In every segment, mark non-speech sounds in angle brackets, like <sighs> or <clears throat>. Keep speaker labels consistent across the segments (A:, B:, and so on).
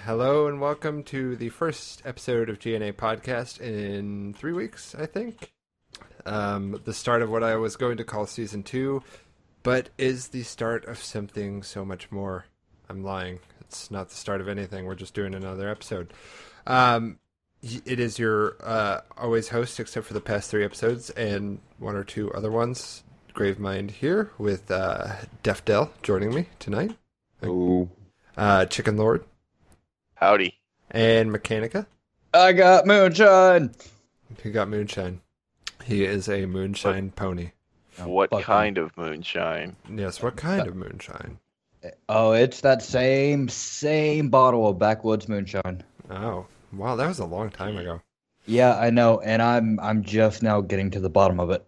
A: Hello and welcome to the first episode of GNA Podcast in three weeks, I think. Um, the start of what I was going to call season two, but is the start of something so much more. I'm lying. It's not the start of anything. We're just doing another episode. Um, y- it is your uh, always host, except for the past three episodes and one or two other ones. Gravemind here with uh, Def Del joining me tonight,
B: Ooh.
A: uh, Chicken Lord,
C: Howdy.
A: and Mechanica.
B: I got moonshine.
A: He got moonshine. He is a moonshine pony.
C: what
B: fucking-
C: kind of moonshine?
A: Yes, what kind of moonshine?
B: Oh, it's that same same bottle of backwoods moonshine.
A: Oh, wow, that was a long time ago.
B: Yeah, I know, and I'm I'm just now getting to the bottom of it.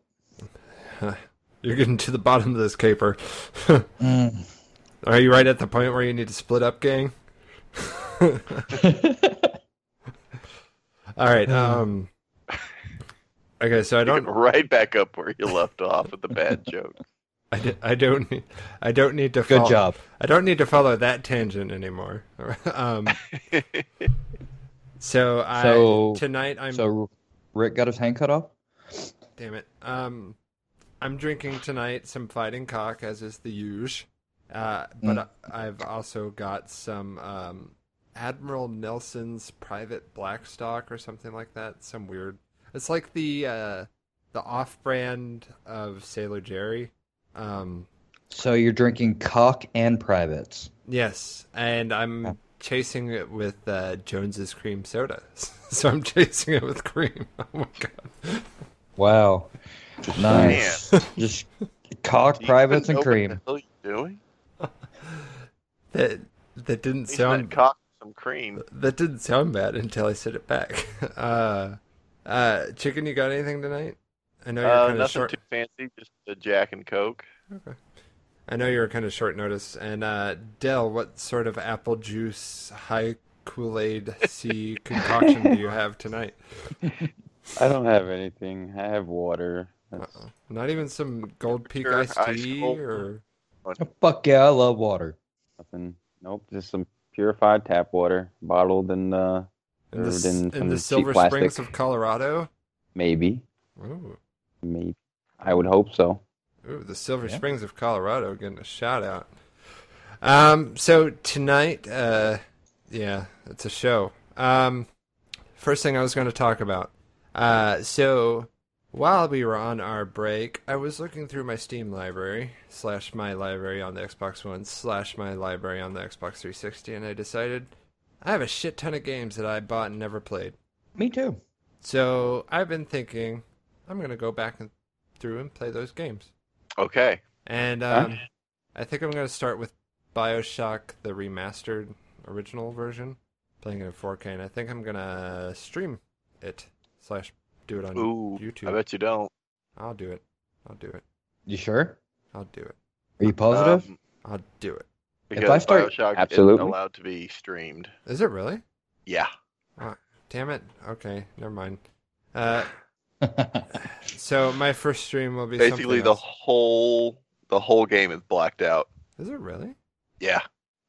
A: You're getting to the bottom of this caper. <laughs>
B: Mm.
A: Are you right at the point where you need to split up, gang? <laughs> All
B: Hmm.
A: right. Um. Okay, so I
C: Picking
A: don't,
C: <laughs> right back up where you left off with
B: <laughs>
C: the bad joke.
A: I, di- I don't, need- I don't need to.
B: Good
A: follow-
B: job.
A: I don't need to follow that tangent anymore. <laughs> um. So I
B: So-
A: tonight I'm
B: So Rick got his hand cut off.
A: Damn it. Um, I'm drinking tonight some fighting cock, as is the usual. Uh, but I, I've also got some um, Admiral Nelson's Private Blackstock or something like that. Some weird. It's like the uh, the off-brand of Sailor Jerry. Um,
B: So you're drinking cock and privates.
A: yes, and I'm chasing it with uh, Jones's cream soda. <laughs> so I'm chasing it with cream. <laughs> Oh my god.
B: Wow, nice. <laughs> Just cock,
C: Do you
B: privates,
C: even
B: and
C: know
B: cream.
C: What the hell you doing?
A: That that didn't
C: At least that
A: sound
C: cock some cream.
A: That didn't sound bad until I said it back. <laughs> Uh, uh, chicken, you got anything tonight? I know you're
C: Uh,
A: kind of
C: nothing
A: short.
C: too fancy, just a Jack and Coke.
A: I know you're kind of short notice. And uh, Dell, what sort of apple juice high Kool Aid
C: <laughs>
A: C concoction do you have tonight?
D: I don't have anything. I have water. That's,
A: Uh-oh. Not even some Gold Peak
C: Sure,
A: iced
C: ice
A: tea
C: cold.
A: or
B: Fuck yeah, I love water.
D: nothing. Nope, just some purified tap water, bottled and uh,
A: in the,
D: Served
A: s-
D: in
A: in
D: some
A: the
D: cheap
A: Silver Springs
D: plastic.
A: of Colorado.
D: maybe,
A: Ooh,
D: maybe. I would hope so.
A: ooh the Silver
B: Yeah.
A: Springs of Colorado getting a shout out. Um, so tonight, uh, yeah, it's a show. Um, first thing I was going to talk about. Uh, so while we were on our break, I was looking through my Steam library slash my library on the Xbox One slash my library on the Xbox 360, and I decided I have a shit ton of games that I bought and never played.
B: Me too.
A: So I've been thinking I'm going to go back and through and play those games.
C: Okay.
A: And
D: Huh?
A: um, I think I'm going to start with Bioshock, the remastered original version, playing it in 4K. And I think I'm going to stream it slash do it on
C: Ooh,
A: YouTube.
C: I bet you don't.
A: I'll do it. I'll do it.
B: You sure?
A: I'll do it.
B: Are you positive?
C: Um,
A: I'll do it.
C: because
B: I start-
C: Bioshock
D: Absolutely.
C: isn't allowed to be streamed.
A: Is it really?
C: Yeah.
A: Damn it. Okay, never mind. Uh, so my first stream will be something
C: Basically, the
A: else.
C: whole the whole game is blacked out.
A: Is it really?
C: Yeah.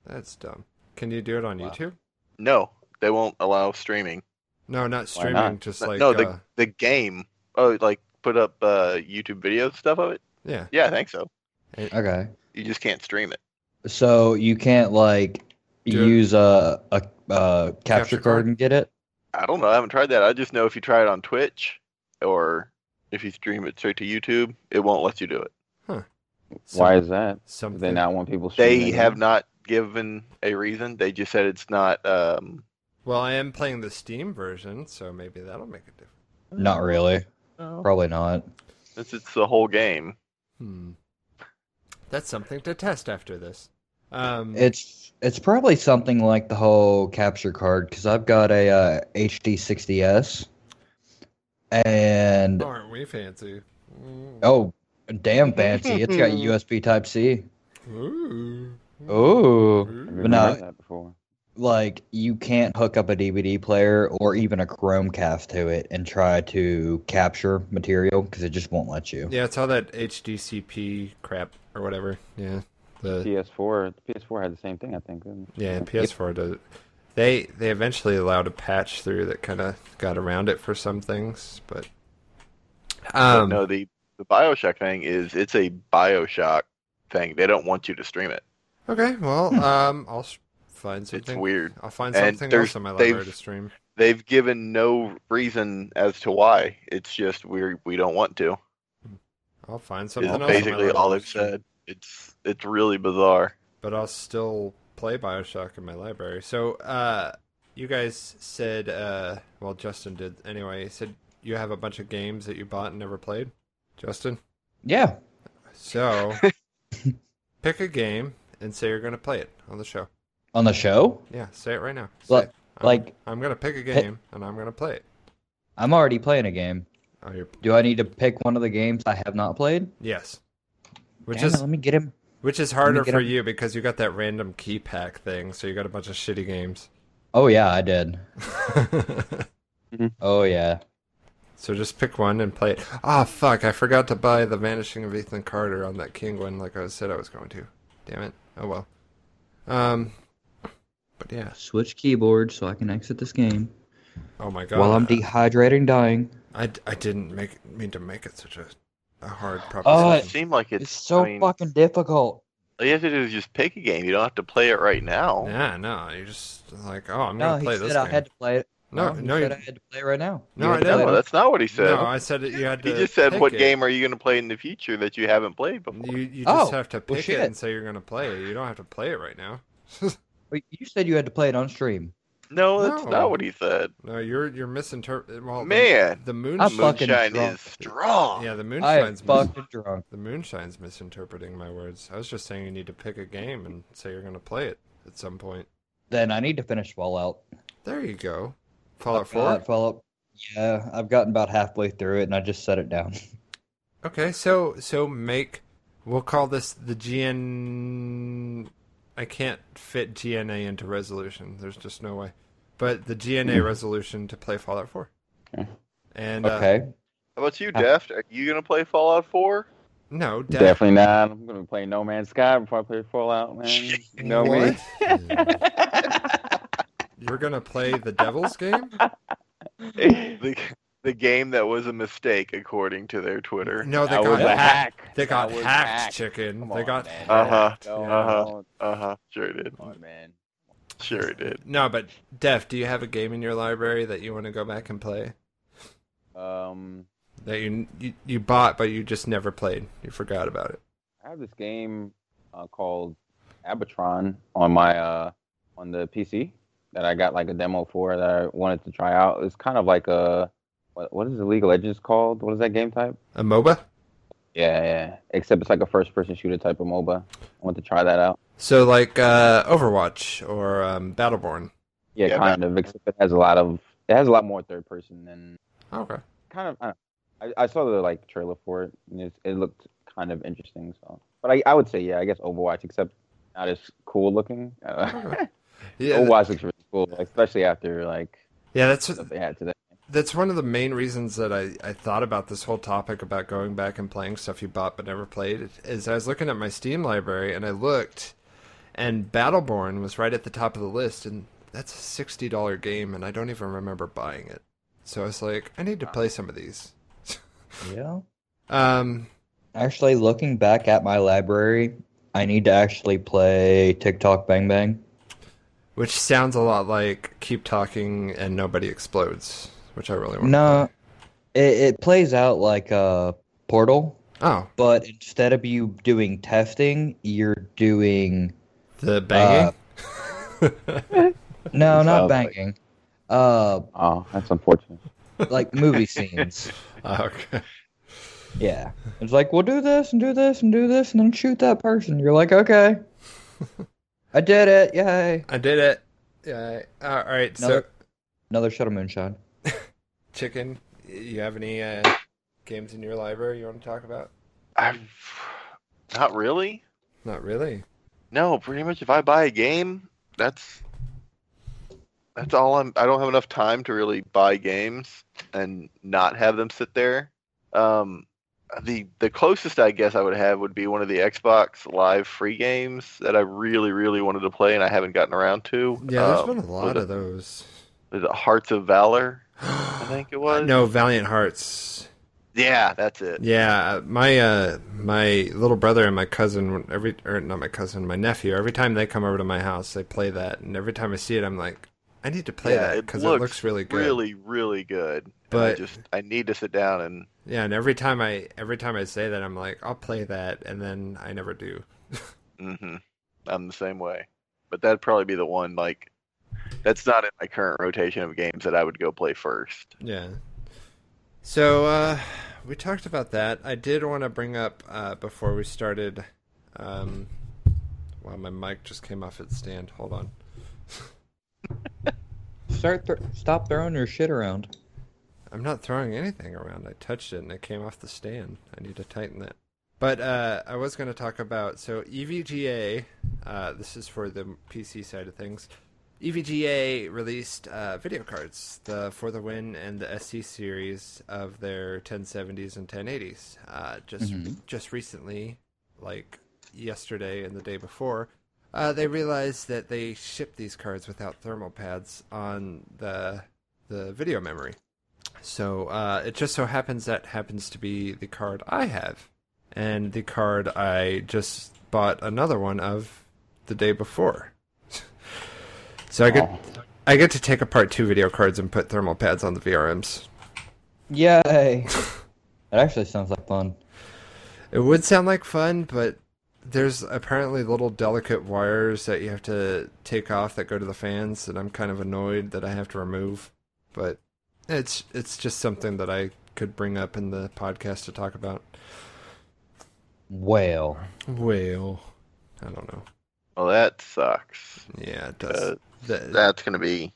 A: That's dumb. Can you do it on
B: Wow.
A: YouTube?
C: No, they won't allow streaming.
A: No, not streaming.
D: not?
A: Just
C: No,
A: like
C: no, the
A: uh,
C: the game. Oh, like put up uh, YouTube video stuff of it.
A: yeah.
C: Yeah, I think so.
B: <laughs> okay.
C: You just can't stream it.
B: So you can't like
A: Do it.
B: use a a, a capture,
A: Capture
B: card,
A: card?
B: and get it.
C: I don't know. I haven't tried that. I just know if you try it on Twitch or if you stream it straight to YouTube, it won't let you do it.
A: Some-
D: Why is that? Do
A: something?
D: they not want people?
C: They
A: Mm-hmm.
D: streaming it?
C: have not given a reason. They just said it's not. Um,
A: Well, I am playing the Steam version, so maybe that'll make a difference.
B: Not really.
C: no.
B: Probably not.
C: It's, it's the whole game.
A: Hmm. That's something to test after this. Um,
B: It's it's probably something like the whole capture card because I've got a uh, HD 60s, and
A: aren't we fancy? Mm.
B: oh damn fancy! It's got USB Type C.
A: Ooh.
B: Ooh,
D: I've
A: Ooh.
D: never
B: no.
D: heard that before.
B: like you can't hook up a DVD player or even a Chromecast to it and try to capture material because it just won't let you.
A: Yeah, it's all that HDCP crap or whatever. Yeah, the
D: PS4. The PS4 had the same thing, I think. Didn't it?
A: yeah PS4 does. They they eventually allowed a patch through that kind of got around it for some things, but
C: But
A: um,
C: no, the the Bioshock thing is it's a Bioshock thing. They don't want you to stream it.
A: okay. Well, um, I'll s- find
C: It's
A: something.
C: weird.
A: I'll find
C: And
A: something
C: there's-
A: else on my
C: they've-
A: library to stream.
C: They've given no reason as to why. It's just we we don't want to.
A: I'll find something
C: Is
A: else. on my
C: basically all
A: library
C: they've
A: to stream.
C: said. It's it's really bizarre.
A: but I'll still play Bioshock in my library. So, uh, you guys said, uh, well, Justin did anyway. He said you have a bunch of games that you bought and never played, Justin.
B: Yeah. <laughs>
A: So, pick a game and say you're going to play it on the show.
B: On the show?
A: Yeah, say it right now. Say
B: Like-
A: it. I'm,
B: Like,
A: I'm going to pick a game and I'm going to play it.
B: I'm already playing a game.
A: Oh, you're,
B: Do I need to pick one of the games I have not played?
A: yes. Which
B: Damn it,
A: is
B: let me get him.
A: which is harder
B: get
A: for
B: a-
A: you because you got that random key pack thing, so you got a bunch of shitty games. <laughs>
B: Oh, yeah, I did. Oh, yeah.
A: So just pick one and play it. Ah, fuck! I forgot to buy the Vanishing of Ethan Carter on that King one, like I said I was going to. Damn it! Oh well. Um, but yeah.
B: Switch keyboard so I can exit this game.
A: Oh my god.
B: While I'm dehydrating, dying.
A: I, I didn't make mean to make it such a, a hard
B: Oh,
C: It
A: proposition.
C: seemed like it's,
B: It's, so
C: I mean,
B: fucking difficult.
C: All you have to do is just pick a game. You don't have to play it right now.
A: yeah, no, you just like, oh, I'm
B: No,
A: gonna
B: he
A: play
B: said
A: this
B: I
A: game.
B: had to play it.
A: no,
B: he
A: no,
B: said
A: you,
B: I had to play it right now.
A: No,
B: You
A: I
B: had to
A: didn't.
B: play
C: No,
B: it.
C: that's not what he said.
A: no. I said that you had to.
C: <laughs> he just said,
A: pick
C: "What
A: it.
C: game are you going to play in the future that you haven't played before?"
A: You you
B: Oh,
A: just have to
B: well,
A: pick it
B: shit.
A: and say you're gonna play it. You don't have to play it right now.
B: Wait, you said you had to play it on stream.
C: No, that's
A: No.
C: not what he said.
A: No, you're you're misinterpreting. Well, the-
C: Man,
A: the moon.
B: I fuck- fucking
C: moonshine
B: drunk.
C: is strong.
A: Yeah, the
B: I am
A: moonshine's mis-
B: fucking drunk.
A: the moonshine's misinterpreting my words. I was just saying you need to pick a game and say you're going to play it at some point.
B: Then I need to finish Fallout.
A: There you go. Fallout
B: Fallout,
A: 4.
B: Fallout. Yeah, I've gotten about halfway through it and I just set it down.
A: Okay, so so make we'll call this the GN I can't fit GNA into resolution. There's just no way. But the GNA resolution to play Fallout 4.
D: Okay.
A: And uh,
B: Okay.
C: How about you,
B: Uh,
C: Deft? Are you going to play Fallout Four?
A: no, Def-
D: Definitely not. I'm gonna play No Man's Sky before I play Fallout, man.
C: <laughs>
D: You know me. <laughs>
A: What? You're going to play the Devil's
D: <laughs>
A: game?
C: the, the game that was a mistake, according to their Twitter.
A: No, Oh, they
D: That
A: got
D: was a hack.
A: They got
D: That was
A: hacked, chicken.
D: Come
A: they
D: on,
A: got
D: man.
C: Uh-huh.
A: hacked.
D: No,
A: yeah.
C: Uh-huh.
D: come
C: Uh huh. Sure it did.
A: Oh,
D: on, man.
C: Sure it did.
A: No, but Def, do you have a game in your library that you want to go back and play
D: Um,
A: that you you, you bought but you just never played? You forgot about it.
D: I have this game uh, called Abatron on my uh, on the PC that I got like a demo for that I wanted to try out. It's kind of like a what, what is the League of Legends called? What is that game type?
A: A MOBA.
D: Yeah, yeah. Except it's like a first-person shooter type of MOBA. I want to try that out.
A: So like uh, Overwatch or um, Battleborn.
D: Yeah,
C: Yeah,
D: kind of. Except it has a lot of it has a lot more third-person than
A: Okay.
D: kind of. I, don't know. I, I saw the like trailer for it, and it, it looked kind of interesting. So, but I, I would say yeah, I guess Overwatch, except not as cool looking. <laughs> Uh,
A: Yeah.
D: Overwatch looks really cool, like, especially after like
A: Yeah. That's
D: stuff they had today.
A: that's one of the main reasons that I, I thought about this whole topic about going back and playing stuff you bought but never played is I was looking at my Steam library and I looked and Battleborn was right at the top of the list and that's a sixty dollar game and I don't even remember buying it. So I was like, I need to play some of these.
B: Yeah.
A: Um
B: Actually, looking back at my library, I need to actually play TikTok Bang Bang.
A: which sounds a lot like keep talking and nobody explodes, which I really
D: Oh,
A: want
B: No, it, it plays out like a portal,
A: Oh,
B: but instead of you doing testing, you're
D: <laughs>
B: doing
A: the banging?
B: no, not
D: Sounds like-
B: banging, uh,
D: Oh, that's unfortunate.
B: like movie
D: <laughs>
B: scenes.
A: <laughs> okay.
B: Yeah, it's like we'll do this and do this and do this and then shoot that person. You're like,
D: <laughs>
B: okay, I did it, yay!
A: I did it. Yeah. All right. So
B: Another- Another shot of moonshine.
A: Chicken, you have any uh, games in your library you want to talk about?
C: I, not really.
A: Not really.
C: No, pretty much. If I buy a game, that's that's all I'm. I don't have enough time to really buy games and not have them sit there. Um, the the closest I guess I would have would be one of the Xbox Live free games that I really really wanted to play and I haven't gotten around to.
A: Yeah, there's
C: Um,
A: been a lot
C: was
A: of those.
C: <gasps> it, was it Hearts of Valor, I
A: I
C: think it was.
A: No, Valiant Hearts.
C: Yeah, that's it.
A: Yeah, my uh, my little brother and my cousin, every or not my cousin, my nephew. Every time they come over to my house, they play that, and every time I see it, I'm like, I need to play
C: Yeah,
A: that
C: it
A: because
C: looks
A: it looks really good.
C: Really really good. And I
A: But-
C: just I need to sit down and
A: Yeah, and every time I every time I say that, I'm like, I'll play that, and then I never do.
C: hmm I'm the same way. But that'd probably be the one like that's not in my current rotation of games that I would go play first.
A: Yeah. So uh, we talked about that. I did want to bring up uh, before we started. Um, wow, my mic just came off its stand. Hold on.
B: Start thr- stop throwing your shit around.
A: I'm not throwing anything around. I touched it and it came off the stand. I need to tighten that. But uh, I was going to talk about so E EVGA. Uh, this is for the PC side of things. E EVGA released uh, video cards, the For the Win and the SC series of their 1070s and 1080s. Uh, just
B: Mhm.
A: just recently, like yesterday and the day before, uh, they realized that they shipped these cards without thermal pads on the the video memory. So uh, it just so happens that happens to be the card I have, and the card I just bought another one of the day before. <laughs> so I get I get to take apart two video cards and put thermal pads on the VRMs.
B: Yay! <laughs> that actually sounds like fun.
A: It would sound like fun, but there's apparently little delicate wires that you have to take off that go to the fans, and I'm kind of annoyed that I have to remove. But it's it's just something that I could bring up in the podcast to talk about.
B: Well,
A: Well, I don't know.
C: Well, that sucks.
A: Yeah, it does.
C: Uh,
A: that, that
C: that's gonna be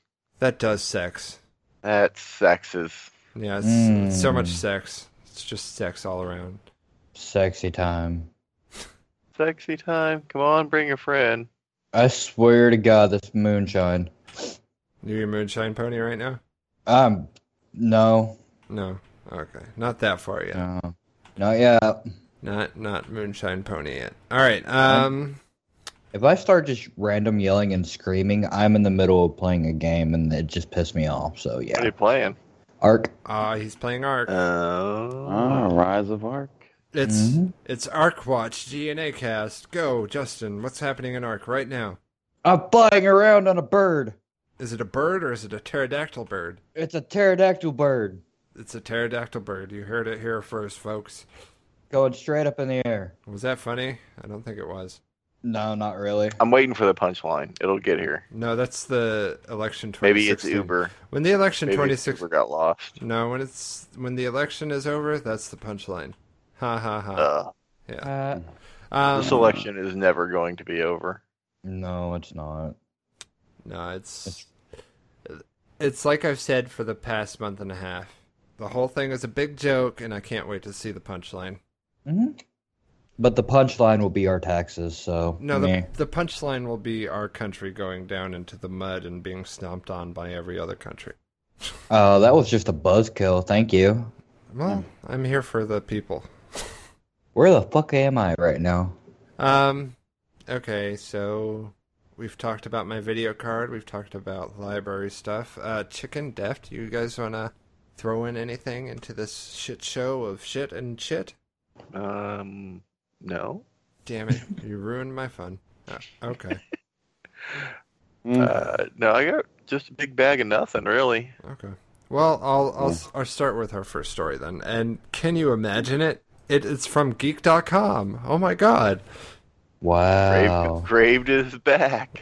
A: does sex.
C: that sexes.
A: Yeah, it's, it's so much
B: Mm.
A: sex. It's just sex all around.
B: sexy time.
C: Sexy time. Come on, bring a friend.
B: I swear to God, this moonshine.
A: You your moonshine pony right now?
B: Um, no,
A: No. Okay, not that far yet.
B: no, not yet.
A: Not not moonshine pony yet. All right. Um.
B: If I start just random yelling and screaming, I'm in the middle of playing a game and it just pissed me off. So
C: What are
B: yeah,
C: you playing?
B: Ark.
A: Ah, he's playing Ark.
C: Uh,
D: Ah,
C: Oh.
D: Rise of Ark.
A: it's
B: Mhm.
A: it's Ark Watch GNA Cast. Go, Justin. What's happening in Ark right now?
B: I'm flying around on a bird.
A: Is it a bird or is it a pterodactyl bird?
B: It's a pterodactyl bird
A: It's a pterodactyl bird. You heard it here first, folks.
B: going straight up in the air.
A: Was that funny? I don't think it was.
B: No, not really.
C: I'm waiting for the punchline. It'll get here.
A: No, that's the election. 2016.
C: Maybe it's Uber.
A: When the election
C: Maybe
A: twenty
C: it's
A: six.
C: Uber got lost.
A: No, when it's when the election is over, that's the punchline. Ha ha ha.
C: Uh,
A: yeah.
B: Uh,
A: Um,
C: this election is never going to be over.
B: no, it's not.
A: no, it's it's like I've said for the past month and a half. The whole thing is a big joke, and I can't wait to see the punchline.
B: hmm But the punchline will be our taxes. So
A: No, the
B: meh.
A: the punchline will be our country going down into the mud and being stomped on by every other country.
B: Uh, that was just a buzzkill. Thank you.
A: Well, I'm here for the people.
B: Where the fuck am I right now?
A: Um, okay, so we've talked about my video card. We've talked about library stuff. Uh, Chicken Deft, you guys want to throw in anything into this shit show of shit and shit?
C: Um, no.
A: Damn it, <laughs> you ruined my fun. Uh, okay,
D: Mm.
C: Uh, no, I got just a big bag of nothing, really.
A: okay. Well, I'll I'll, s- I'll start with our first story then. And can you imagine it? It it's from geek.com. Oh my god.
B: Wow. Oh.
C: Graved, graved is
B: <laughs>
C: back.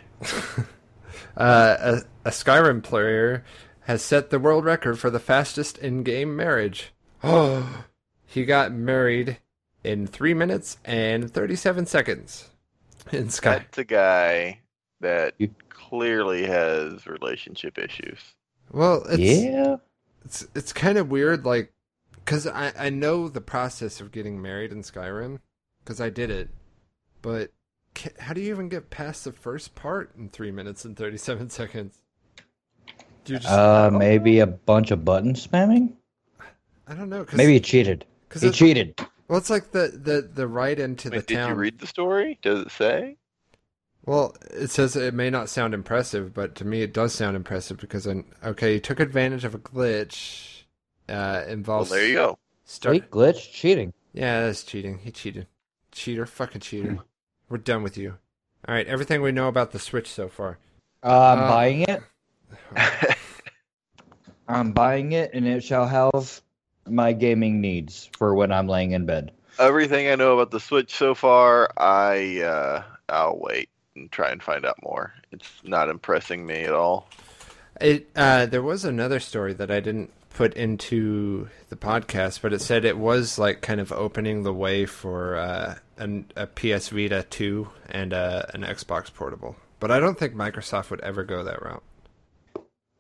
A: Uh, a, a Skyrim player has set the world record for the fastest in-game <gasps> marriage. Oh, he got married in three minutes and thirty-seven seconds in Sky.
C: That's a guy that
B: You-
C: clearly has relationship issues.
A: Well, it's
B: Yeah.
A: it's it's kind of weird, like, cause I I know the process of getting married in Skyrim, cause I did it, but ca how do you even get past the first part in three minutes and thirty-seven seconds? Do you just
B: Uh, maybe a bunch of button spamming.
A: I don't know. Cause
B: Maybe E he cheated.
A: 'Cause
B: He
A: it-
B: cheated.
A: Well, it's like the the the ride into
C: Wait,
A: the
C: did
A: town.
C: you read the story? Does it say?
A: Well, it says it may not sound impressive, but to me it does sound impressive because i okay, you took advantage of a glitch. Uh,
C: Well,
A: involves
C: there you go.
A: start-
B: Sweet glitch cheating.
A: Yeah, that's cheating. He cheated. Cheater, fucking cheater. We're done with you. All right, everything we know about the Switch so far.
B: Uh, I'm
A: Uh,
B: buying it. I'm buying it, and it shall have my gaming needs for when I'm laying in bed.
C: <laughs> Everything I know about the Switch so far, I uh, I'll wait and try and find out more. It's not impressing me at all.
A: It uh, there was another story that I didn't put into the podcast, but it said it was like kind of opening the way for uh, an, a PS Vita two and uh, an Xbox Portable. But I don't think Microsoft would ever go that route.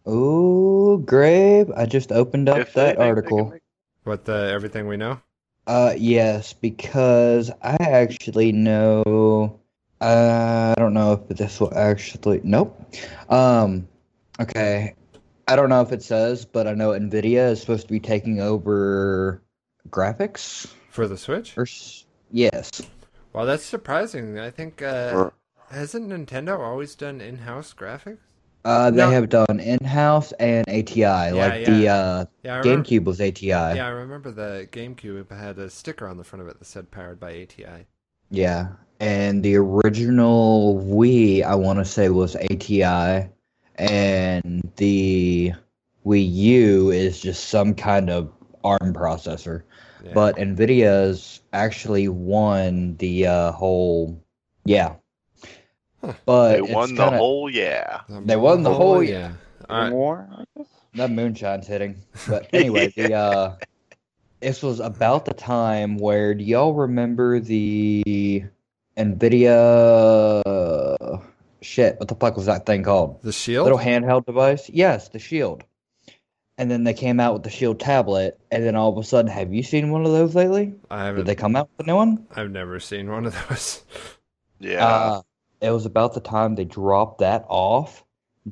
B: Ooh, Grabe! I just opened up
C: If they
B: that
C: think they can
B: article.
C: make-
A: But the everything we know.
B: Uh, yes, because I actually know. Uh, I don't know if this will actually. Nope. Um, okay. I don't know if it says, but I know Nvidia is supposed to be taking over graphics.
A: For the Switch?
B: Or s- yes.
A: Well, that's surprising. I think uh,
C: Or-
A: hasn't Nintendo always done in-house graphics?
B: Uh, they
A: No.
B: have done in-house and ATI, like the
A: yeah.
B: uh,
A: Yeah, I remember,
B: GameCube was ATI.
A: yeah, I remember the GameCube had a sticker on the front of it that said "powered by ATI."
B: Yeah. And the original Wii, I want to say, was ATI. And the Wii U is just some kind of ARM processor.
A: Yeah.
B: But NVIDIA's actually won the uh, whole. Yeah.
A: Huh.
B: But
C: They
B: uh, it's
C: won the
B: kinda-
C: whole yeah.
B: They won the whole-
A: oh, yeah. Uh, All right.
D: More, I guess.
B: That moonshine's hitting. But anyway, the uh this was about the time where do y'all remember the Nvidia uh, shit, what the fuck was that thing called?
A: The shield.
B: Little handheld device? Yes, the shield. And then they came out with the shield tablet, and then all of a sudden, have you seen one of those lately?
A: I
B: Did
A: haven't.
B: they come out with a new one?
A: I've never seen one of those.
C: Yeah.
B: Uh, it was about the time they dropped that off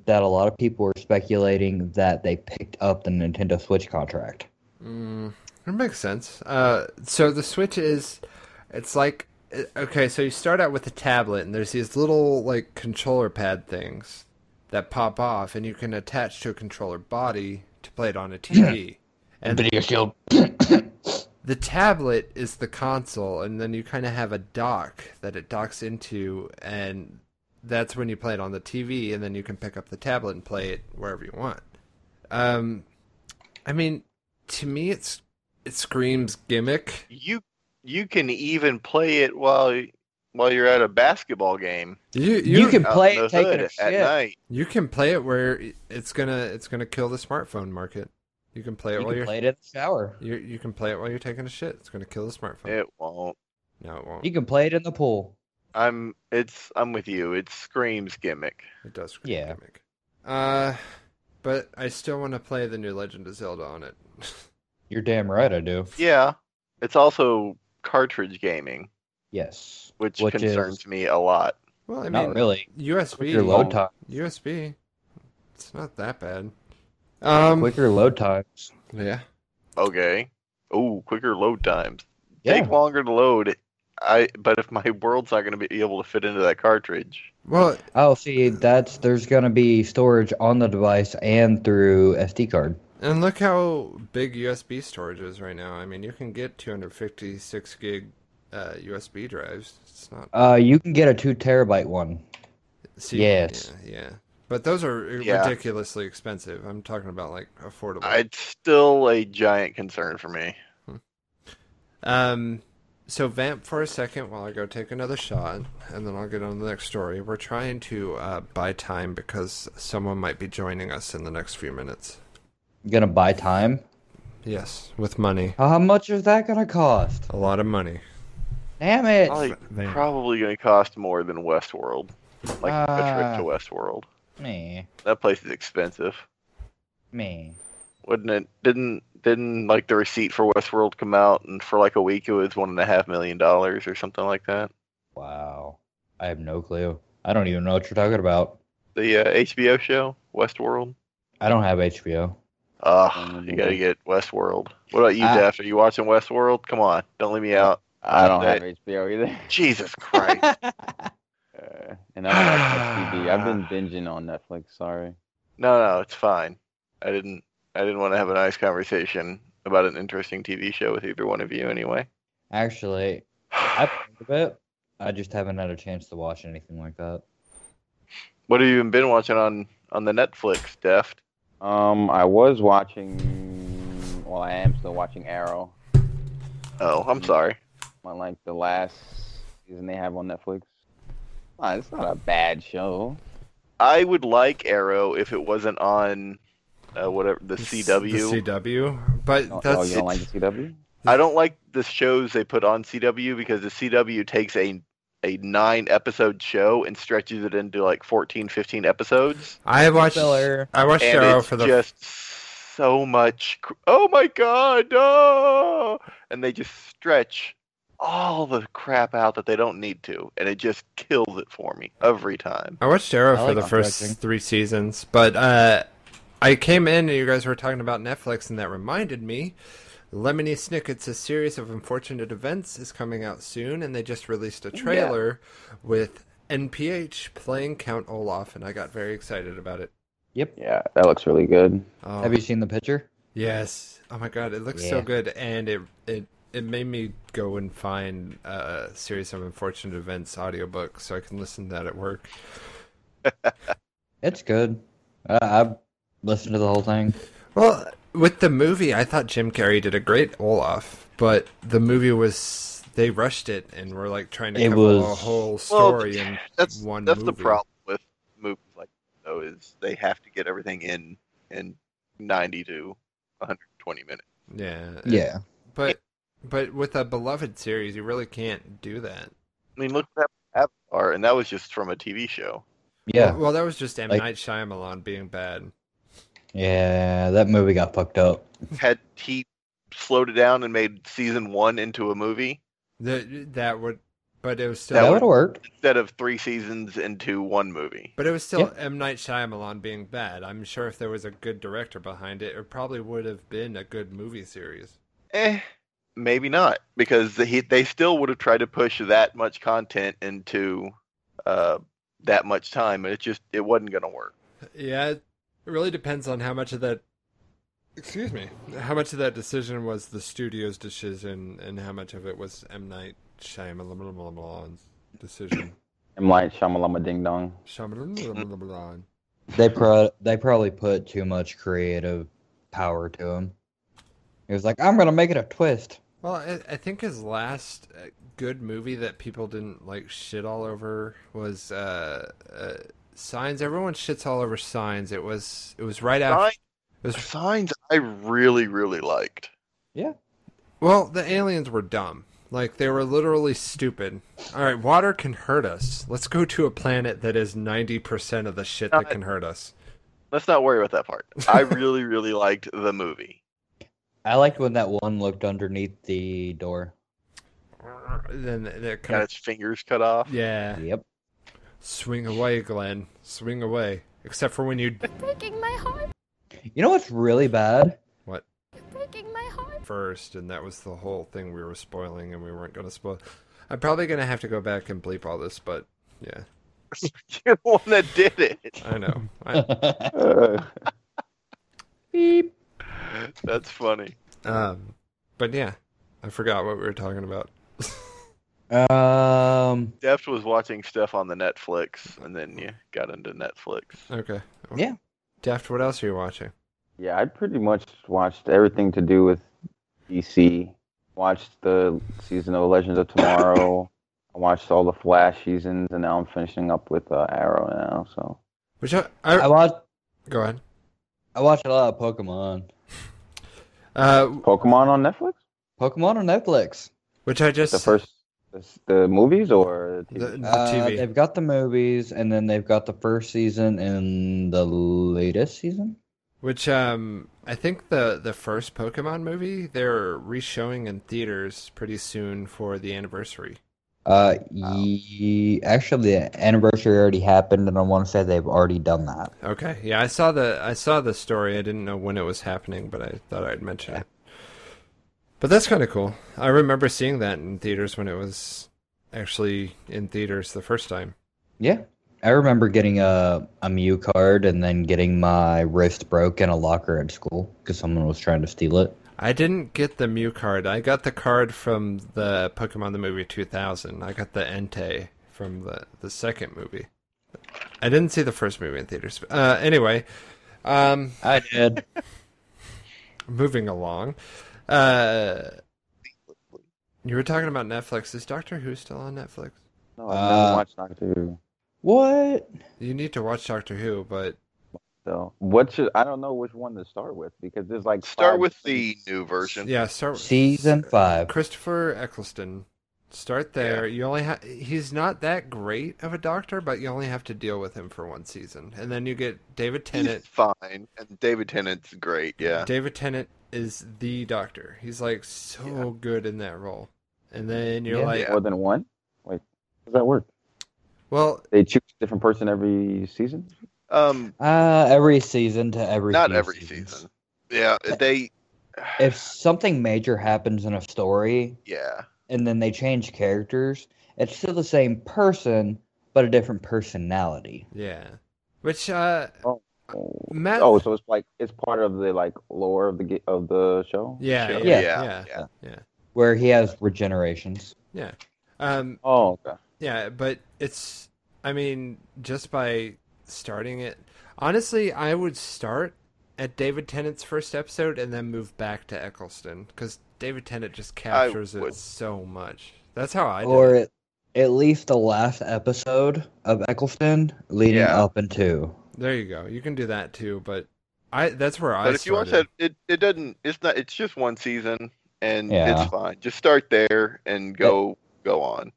B: that a lot of people were speculating that they picked up the Nintendo Switch contract.
A: <laughs> Mm, it makes sense. Uh, so the Switch is, it's like uh, okay. So you start out with a tablet, and there's these little like controller pad things that pop off, and you can attach to a controller body to play it on a TV. and
B: video <coughs> shield.
A: the tablet is the console and then you kind of have a dock that it docks into and that's when you play it on the tv and then you can pick up the tablet and play it wherever you want um i mean to me it's it screams gimmick
C: you you can even play it while while you're at a basketball game.
A: you you,
B: You,
A: can
B: can
C: out
B: play
C: in the
B: it taking
C: hood
B: a
C: at
B: shit.
C: night.
A: you can play it where it's gonna it's gonna kill the smartphone market you can play it
B: You
A: while
B: can
A: you're
B: play it in the shower.
A: you you can play it while you're taking a shit it's gonna kill the smartphone
C: It won't.
A: no it won't
B: You can play it in the pool.
C: I'm it's I'm with you. It screams gimmick.
A: It does scream
B: Yeah.
A: gimmick. Uh, but I still want to play the new Legend of Zelda on it. <laughs>
B: You're damn right, I do.
C: Yeah. It's also cartridge gaming,
B: Yes.
C: which,
B: Which
C: concerns
B: is-
C: me a lot.
A: well, I mean,
B: Not really. Quicker
A: USB,
B: load time.
A: USB. It's not that bad. Um,
B: Quicker load times.
A: yeah.
C: Okay. Oh, quicker load times. Take
B: Yeah.
C: longer to load. I but if my world's not going to be able to fit into that cartridge,
A: Well,
B: Oh, see, that's there's gonna be storage on the device and through SD card.
A: and look how big USB storage is right now. I mean, you can get 256 gig uh, USB drives. It's not.
B: Uh, you can get a two terabyte one.
A: See,
B: Yes.
A: Yeah. yeah. But those are
C: Yeah.
A: ridiculously expensive. I'm talking about like affordable.
C: it's still a giant concern for me.
A: Um, so vamp for a second while I go take another shot, and then I'll get on to the next story. We're trying to uh, buy time because someone might be joining us in the next few minutes.
B: gonna buy time.
A: Yes, with money,
B: How much is that gonna cost?
A: a lot of money.
B: Damn it!
C: Probably,
A: Vamp.
C: probably going to cost more than Westworld. Like a
B: Ah.
C: trip to Westworld.
B: Me,
C: That place is expensive.
B: me.
C: Wouldn't it? Didn't didn't like the receipt for Westworld come out, and for like a week it was one and a half million dollars or something like that.
B: Wow. I have no clue. I don't even know what you're talking about.
C: The uh, HBO show Westworld.
B: I don't have HBO.
C: Ugh, <sighs> you gotta get Westworld. What about you,
B: I-
C: Jeff? Are you watching Westworld? Come on, don't leave me out.
D: I don't have
C: That-
D: HBO either.
C: <laughs>
D: <laughs>
C: Jesus Christ.
B: <laughs>
D: Uh,
C: <sighs>
D: and I don't watch much TV. I've been binging on Netflix. Sorry.
C: <laughs> No, no, it's fine. I didn't. I didn't want to have a nice conversation about an interesting TV show with either one of you, anyway.
B: Actually, I've heard of it. I just haven't had a chance to watch anything like that.
C: What have you even been watching on on the Netflix, Deft?
D: Um, I was watching. Well, I am still watching Arrow.
C: Oh, I'm sorry.
D: On like the last season they have on Netflix. Ah, it's not a bad show.
C: I would like Arrow if it wasn't on uh, whatever the CW.
A: The CW. But
D: Oh, oh,
A: that's
D: you don't like the CW?
C: I don't like the shows they put on CW because the CW takes a a nine episode show and stretches it into like 14, 15 episodes.
A: I watched
B: Filler.
A: I watched
C: and
A: Arrow
C: it's
A: for the
C: just so much. cr- Oh my god! ah!" And they just stretch all the crap out that they don't need to, and it just kills it for me every time.
A: I watched Arrow
B: I
A: for
B: like
A: the first
B: stretching.
A: three seasons, but uh, I came in and you guys were talking about Netflix, and that reminded me. Lemony Snicket's A Series of Unfortunate Events is coming out soon, and they just released a trailer with NPH playing Count Olaf, and I got very excited about it.
B: Yep.
D: Yeah, that looks really good.
A: Oh,
B: Have you seen the picture?
A: yes. Oh my god, it looks so
B: Yeah.
A: good, and it it it made me go and find uh, a Series of Unfortunate Events audiobook so I can listen to that at work.
B: It's good. I, I've listened to the whole thing.
A: Well, with the movie, I thought Jim Carrey did a great Olaf, but the movie was they rushed it and were like trying to
B: It
A: cover a
B: was-
A: whole story
C: Well,
A: in
C: <laughs> that's
A: one
C: that's the
A: movie.
C: problem with movies like that, though is they have to get everything in in 90 to 120 minutes.
A: Yeah, it-
B: Yeah.
A: but but with a beloved series, you really can't do that.
C: I mean, look at Avatar, and that was just from a TV
A: <laughs>
C: show.
B: Yeah.
A: Well, well, that was just M
B: Like-
A: Night Shyamalan being bad.
B: Yeah. That movie got fucked up.
C: Had he slowed it down and made season one into a movie
A: That that would, but it was still.
B: That, would have worked.
C: instead of three seasons into one movie?
A: but it was still M. Night Shyamalan being bad. I'm sure if there was a good director behind it, it probably would have been a good movie series.
C: eh, maybe not because the- he, they still would have tried to push that much content into uh, that much time and it just it wasn't going to work
A: Yeah, it really depends on how much of that. Excuse me. How much of that decision was the studio's decision, and how much of it was M Night Shyamalan's decision?
D: I'm like Shamalama Ding
C: <laughs>
D: Dong. <laughs>
A: Shyamalan.
B: They pro- they probably put too much creative power to him. He was like, I'm gonna make it a twist.
A: Well, I, I think his last uh, good movie that people didn't like shit all over was uh, uh, Signs. Everyone shits all over Signs. It was it was right after.
C: Signs-
A: It was
C: signs i really really liked
A: Well, the aliens were dumb. Like they were literally stupid. All right, water can hurt us. Let's go to a planet that is 90% of the shit that can hurt us.
C: let's not worry about that part i really really liked the movie
B: I liked when that one looked underneath the door.
A: Then they're
C: got
A: kind
C: its fingers cut off <laughs>
A: of yeah.
B: Yep.
A: Swing away, Glenn. Swing away. Except for when you
E: You're breaking my heart.
B: You know what's really bad?
A: what
E: You're breaking my heart.
A: first and that was the whole thing we were spoiling and we weren't going to spoil. I'm probably going to have to go back and bleep all this, but yeah.
C: you're the one that did it
A: I know. I,
B: Beep.
C: that's funny
A: um but yeah. I forgot what we were talking about.
B: Um.
C: deft was watching stuff on the netflix and then you got into netflix
A: Okay.
B: Yeah.
A: Daft, what else are you watching?
D: Yeah, I pretty much watched everything to do with DC. Watched the season of Legends of Tomorrow. I watched all the Flash seasons, and now I'm finishing up with uh, Arrow now. So
A: Which I, I,
B: I watched.
A: Go ahead.
B: I watched a lot of Pokemon.
A: Uh,
D: Pokemon on Netflix.
B: Pokemon on Netflix.
A: which I just
D: The first, the, the movies or the
A: the,
D: TV?
A: the
B: Uh,
A: TV.
B: They've got the movies, and then they've got the first season and the latest season.
A: Which um, I think the the first Pokemon movie they're re-showing in theaters pretty soon for the anniversary.
B: Uh, ye- actually, the anniversary already happened, and I want to say they've already done that.
A: Okay. Yeah, I saw the I saw the story. I didn't know when it was happening, but I thought I'd mention it. But that's kind of cool. I remember seeing that in theaters when it was actually in theaters the first time.
B: Yeah, I remember getting a a Mew card and then getting my wrist broke in a locker at school because someone was trying to steal it.
A: I didn't get the Mew card. I got the card from the Pokemon the movie 2000. I got the Entei from the, the second movie. I didn't see the first movie in theaters. Uh, anyway, um,
B: I did.
A: moving along. Uh, you were talking about Netflix. Is Doctor Who still on Netflix?
D: No, I've never
B: Uh,
D: watched Doctor Who.
B: what?
A: You need to watch Doctor Who, but
D: So what should I don't know which one to start with because there's like
C: Start
D: five
C: with the
D: different-
C: new version.
A: yeah, start with
B: Season five.
A: Christopher Eccleston. Start there. You only ha- he's not that great of a doctor, but you only have to deal with him for one season, and then you get David Tennant.
C: He's fine, and David Tennant's great. Yeah,
A: David Tennant is the doctor. He's like so good in that role, and then you're
B: Yeah.
A: like,
D: more than one. Like, how does that work?
A: well,
D: They choose a different person every season.
C: um,
B: Uh, every season to every.
C: not
B: few
C: every
B: seasons.
C: season. Yeah, they.
B: If something major happens in a story,
C: Yeah,
B: and then they change characters, it's still the same person, but a different personality.
A: yeah, which uh,
D: Oh,
A: Matt,
D: oh, so it's like it's part of the like lore of the ge- of the show.
A: yeah, yeah,
C: Sure.
A: yeah,
C: Yeah.
A: yeah,
B: Yeah. Where he has regenerations.
A: Um,
D: Oh, okay.
A: yeah, but it's, I mean, just by starting it, honestly, I would start at David Tennant's first episode and then move back to Eccleston because David Tennant just captures it
C: would.
A: so much. That's how I do.
B: or
A: it.
B: at, at least the last episode of Eccleston leading
C: Yeah.
B: up into.
A: There you go. You can do that too, but I that's where I.
C: but if you watch that,
A: started.
C: it it doesn't. It's not. It's just one season, and
B: Yeah.
C: it's fine. Just start there and go go on.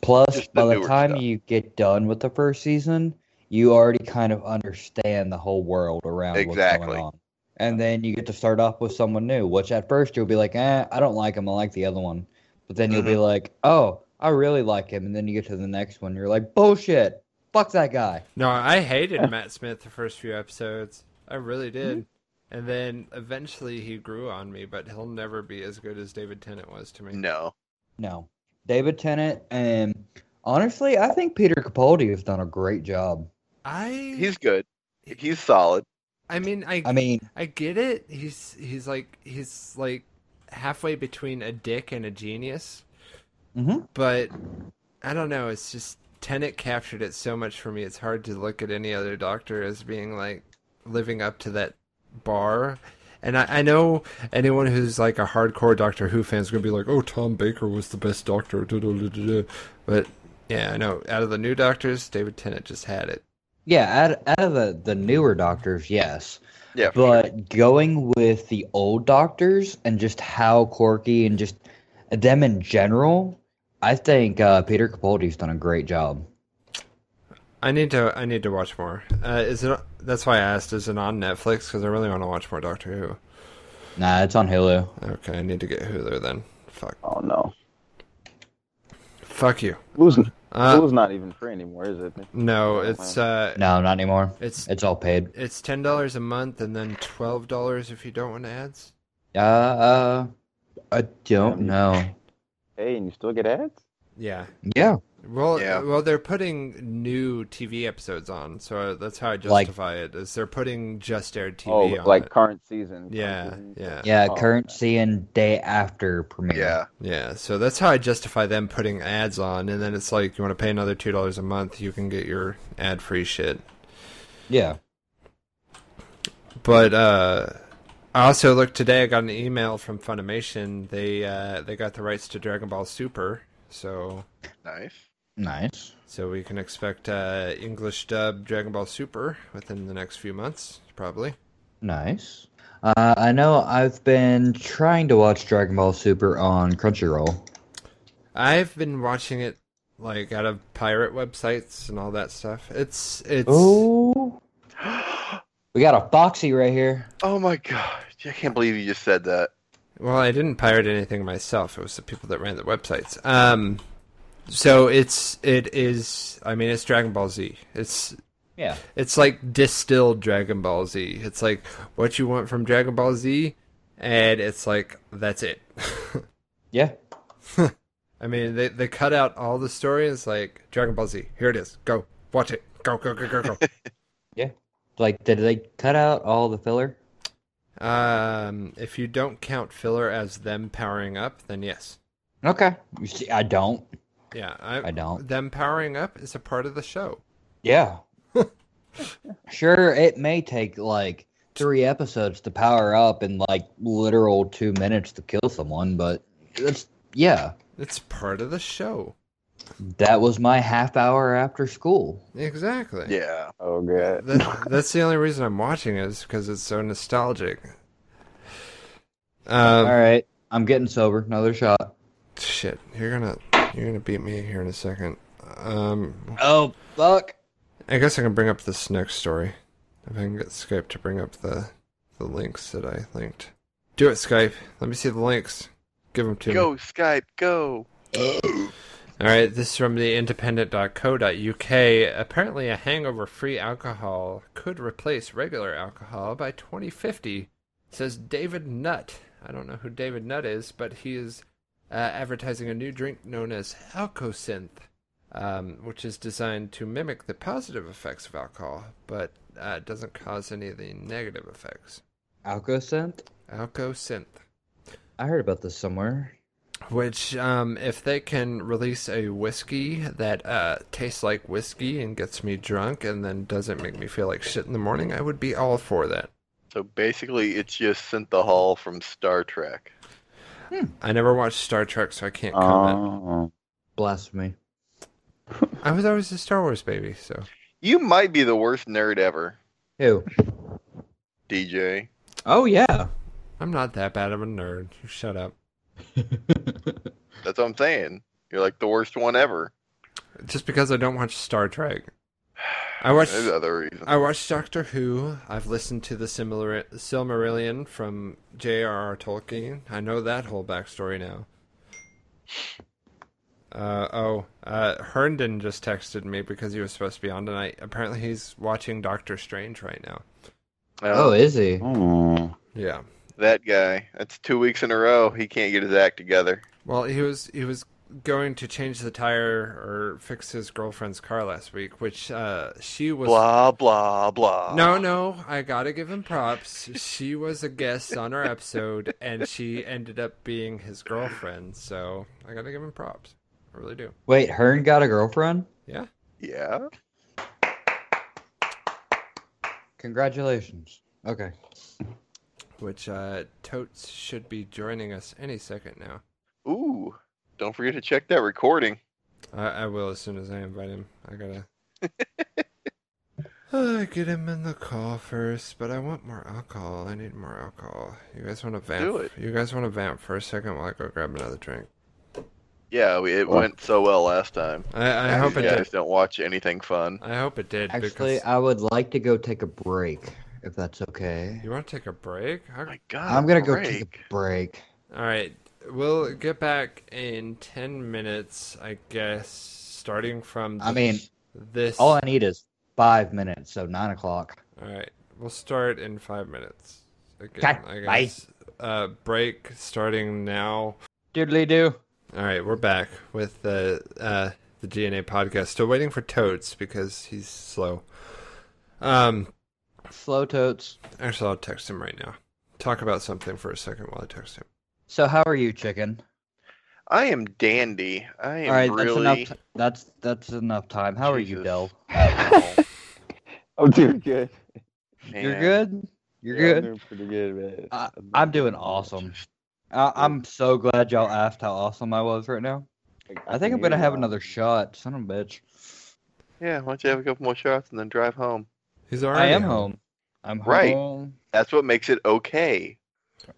B: Plus,
C: Just the
B: by the
C: newer
B: time
C: stuff.
B: you get done with the first season, you already kind of understand the whole world around what's
C: Exactly.
B: going on. And then you get to start off with someone new, which at first you'll be like, eh, I don't like him. I like the other one. But then you'll be
C: Mm-hmm.
B: like, oh, I really like him. And then you get to the next one. You're like, bullshit. Fuck that guy.
A: no, I hated Matt Smith the first few episodes. I really
C: Mm-hmm.
A: did, and then eventually he grew on me. But he'll never be as good as David Tennant was to me.
C: No,
B: No. David Tennant. And honestly, I think Peter Capaldi has done a great job.
A: I
C: he's good. He's solid.
A: I mean I
B: I mean,
A: I get it. He's he's like he's like halfway between a dick and a genius,
B: mhm.
A: but I don't know. It's just Tennant captured it so much for me. It's hard to look at any other doctor as being like living up to that bar. And I, I know anyone who's like a hardcore Doctor Who fan is going to be like, "Oh, Tom Baker was the best Doctor." duh, duh, duh, duh, duh." But yeah, I know. Out of the new Doctors, David Tennant just had it.
B: yeah, out, out of the, the newer doctors, yes.
C: Yeah, for sure.
B: But going with the old doctors and just how quirky and just them in general, I think uh, Peter Capaldi's done a great job.
A: I need to. I need to watch more. Uh, is it? That's why I asked. Is it on Netflix? Because I really want to watch more Doctor Who.
B: Nah, it's on Hulu.
A: Okay, I need to get Hulu then. Fuck.
D: Oh no,
A: Fuck you.
D: Blue's,
A: Uh,
D: Blue's not even free anymore, is it?
A: no, it's uh,
B: No, not anymore.
A: it's
B: It's all paid.
A: it's ten dollars a month and then twelve dollars if you don't want ads.
B: Uh, uh I don't know.
D: Hey, and you still get ads?
A: Yeah.
B: Yeah,
A: Well,
C: Yeah.
A: well, they're putting new TV episodes on, so that's how I
B: Like-
A: justify it. Is they're putting just aired TV
D: oh,
A: on
D: like
A: it.
D: current season. current
A: Yeah,
D: season.
A: yeah,
B: yeah.
D: Oh,
B: currency and day after premiere.
C: yeah.
A: Yeah, so that's how I justify them putting ads on, and then it's like you want to pay another two dollars a month, you can get your ad free shit.
B: yeah.
A: But uh, I also looked today. I got an email from Funimation. They uh, they got the rights to Dragon Ball Super, so
C: Nice. <gasps>
B: Nice.
A: so we can expect uh, English dub Dragon Ball Super within the next few months, probably.
B: Nice. Uh, I know I've been trying to watch Dragon Ball Super on Crunchyroll.
A: I've been watching it like out of pirate websites and all that stuff. It's it's
B: Oh, we got a Foxy right here.
C: Oh my god! I can't believe you just said that.
A: Well, I didn't pirate anything myself. It was the people that ran the websites. Um, So it's it is. I mean, it's Dragon Ball Z. It's
D: Yeah.
A: It's like distilled Dragon Ball Z. It's like what you want from Dragon Ball Z, and it's like that's it. <laughs>
B: Yeah.
A: I mean, they they cut out all the story. It's like Dragon Ball Z. Here it is. Go watch it. Go go go go
B: <laughs>
A: go.
B: Like, did they cut out all the filler?
A: um, if you don't count filler as them powering up, then yes.
B: Okay. You see, I don't.
A: Yeah,
B: I don't.
A: Them powering up is a part of the show.
B: Yeah. sure, it may take like three episodes to power up and like literal two minutes to kill someone, but that's yeah.
A: It's part of the show.
B: That was my half hour after school.
A: Exactly.
C: Yeah.
D: Oh god. <laughs>
A: That, that's the only reason I'm watching it is because it's so nostalgic. Um,
B: All right, I'm getting sober. Another shot.
A: Shit, you're gonna you're gonna beat me here in a second. Um,
B: Oh fuck.
A: I guess I can bring up this next story if I can get Skype to bring up the the links that I linked. Do it, Skype. Let me see the links. Give them to me.
C: Go Skype. Go.
A: All right, this is from the independent.co.uk. Apparently, a hangover free alcohol could replace regular alcohol by 2050, says David Nutt. I don't know who David Nutt is, but he is uh, advertising a new drink known as Alcosynth, um, which is designed to mimic the positive effects of alcohol, but uh, doesn't cause any of the negative effects.
B: Alco scent.
A: Alcosynth.
B: I heard about this somewhere.
A: Which, um, if they can release a whiskey that uh, tastes like whiskey and gets me drunk and then doesn't make me feel like shit in the morning, I would be all for that.
C: So basically, it's just Synthahol from Star Trek.
A: I never watched Star Trek, so I can't comment.
D: Oh.
B: Blasphemy.
A: I was always a Star Wars baby, so
C: You might be the worst nerd ever,
B: Who?
C: DJ.
B: Oh <laughs> yeah.
A: I'm not that bad of a nerd. You shut up.
C: That's what I'm saying. You're like the worst one ever.
A: Just because I don't watch Star Trek, I watch.
C: There's other reasons.
A: I watched Doctor Who. I've listened to the Silmar- Silmarillion from J.R.R. Tolkien. I know that whole backstory now. Uh, oh, uh, Herndon just texted me because he was supposed to be on tonight. Apparently, he's watching Doctor Strange right now.
C: No,
B: oh, is he?
D: Oh.
A: Yeah.
C: that guy. That's two weeks in a row. He can't get his act together.
A: Well, he was he was going to change the tire or fix his girlfriend's car last week, which uh, she was
C: Blah blah blah.
A: No, no, I gotta give him props. She was a guest on our episode, and she ended up being his girlfriend. So I gotta give him props. I really do.
B: Wait, Hearn got a girlfriend?
C: Yeah.
B: Congratulations. Okay.
A: Which uh, Totes should be joining us any second now.
C: Ooh. Don't forget to check that recording.
A: I, I will as soon as I invite him. I gotta. <laughs> Uh, get him in the call first, but I want more alcohol. I need more alcohol. You guys want to vamp?
C: Do it.
A: You guys want to vamp for a second while I go grab another drink?
C: Yeah, we, it
D: Well-
C: went so well last time.
A: I, I hope it
C: you guys
A: did.
C: don't watch anything fun.
A: I hope it did.
B: Actually,
A: because...
B: I would like to go take a break, if that's okay.
A: You want to take a break? I-
C: My God.
B: I'm gonna go
C: break.
B: take a break.
A: All right. We'll get back in 10 minutes, I guess, starting from
B: I mean,
A: this.
B: all I need is five minutes, so nine o'clock.
A: All right. We'll start in 5 minutes. Again,
B: Okay,
A: I
B: bye.
A: guess. Uh, break starting now.
B: Doodly doo.
A: All right, we're back with the uh, the GNA podcast. Still waiting for Totes because he's slow. Um,
B: Slow totes.
A: actually, I'll text him right now. Talk about something for a second while I text him.
B: So how are you, chicken?
C: I am dandy. I am
B: all right,
C: really.
B: that's enough. T- that's that's enough time. How are you,
C: Jesus.
B: Del?
D: I'm doing Oh, good.
B: You're
C: Man.
B: good. You're
D: Yeah, I'm
B: good.
D: doing pretty good, man.
B: I, I'm doing awesome. I, I'm so glad y'all asked how awesome I was right now. I think I'm gonna have another shot. Son of a bitch.
C: Yeah, why don't you have a couple more shots and then drive home?
A: He's already
B: I am home. I'm
C: Right.
B: home.
C: That's what makes it okay.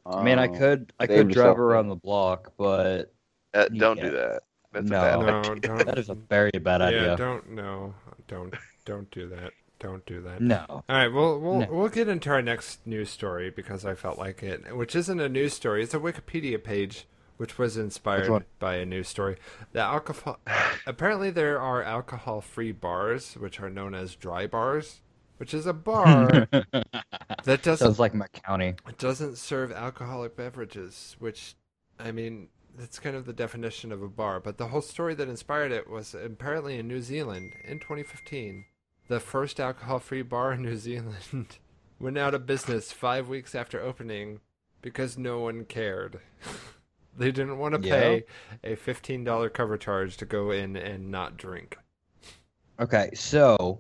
D: uh,
B: I mean, I could I
D: Um, Save
B: could drive
D: yourself.
B: around the block, but
C: Uh, don't
B: Yeah.
C: do that. That's
B: No.
C: a bad
A: No,
C: idea.
A: don't.
B: <laughs> that is a very bad
A: Yeah,
B: idea.
A: don't no, don't don't do that. Don't do that.
B: no.
A: All right, we'll we'll
B: No.
A: we'll get into our next news story because I felt like it, which isn't a news story. It's a Wikipedia page which was inspired
B: one?
A: by a news story. The
B: <sighs>
A: alcohol apparently there are alcohol-free bars, which are known as dry bars, which is a
B: <laughs>
A: bar that doesn't
B: Sounds like my county.
A: doesn't serve alcoholic beverages, which I mean, that's kind of the definition of a bar. But the whole story that inspired it was apparently in New Zealand in 2015, the first alcohol free bar in <laughs> New Zealand went out of business five weeks after opening because no one cared. <laughs> they didn't want to
B: Yeah.
A: pay a $15 cover charge to go in and not drink.
B: Okay, so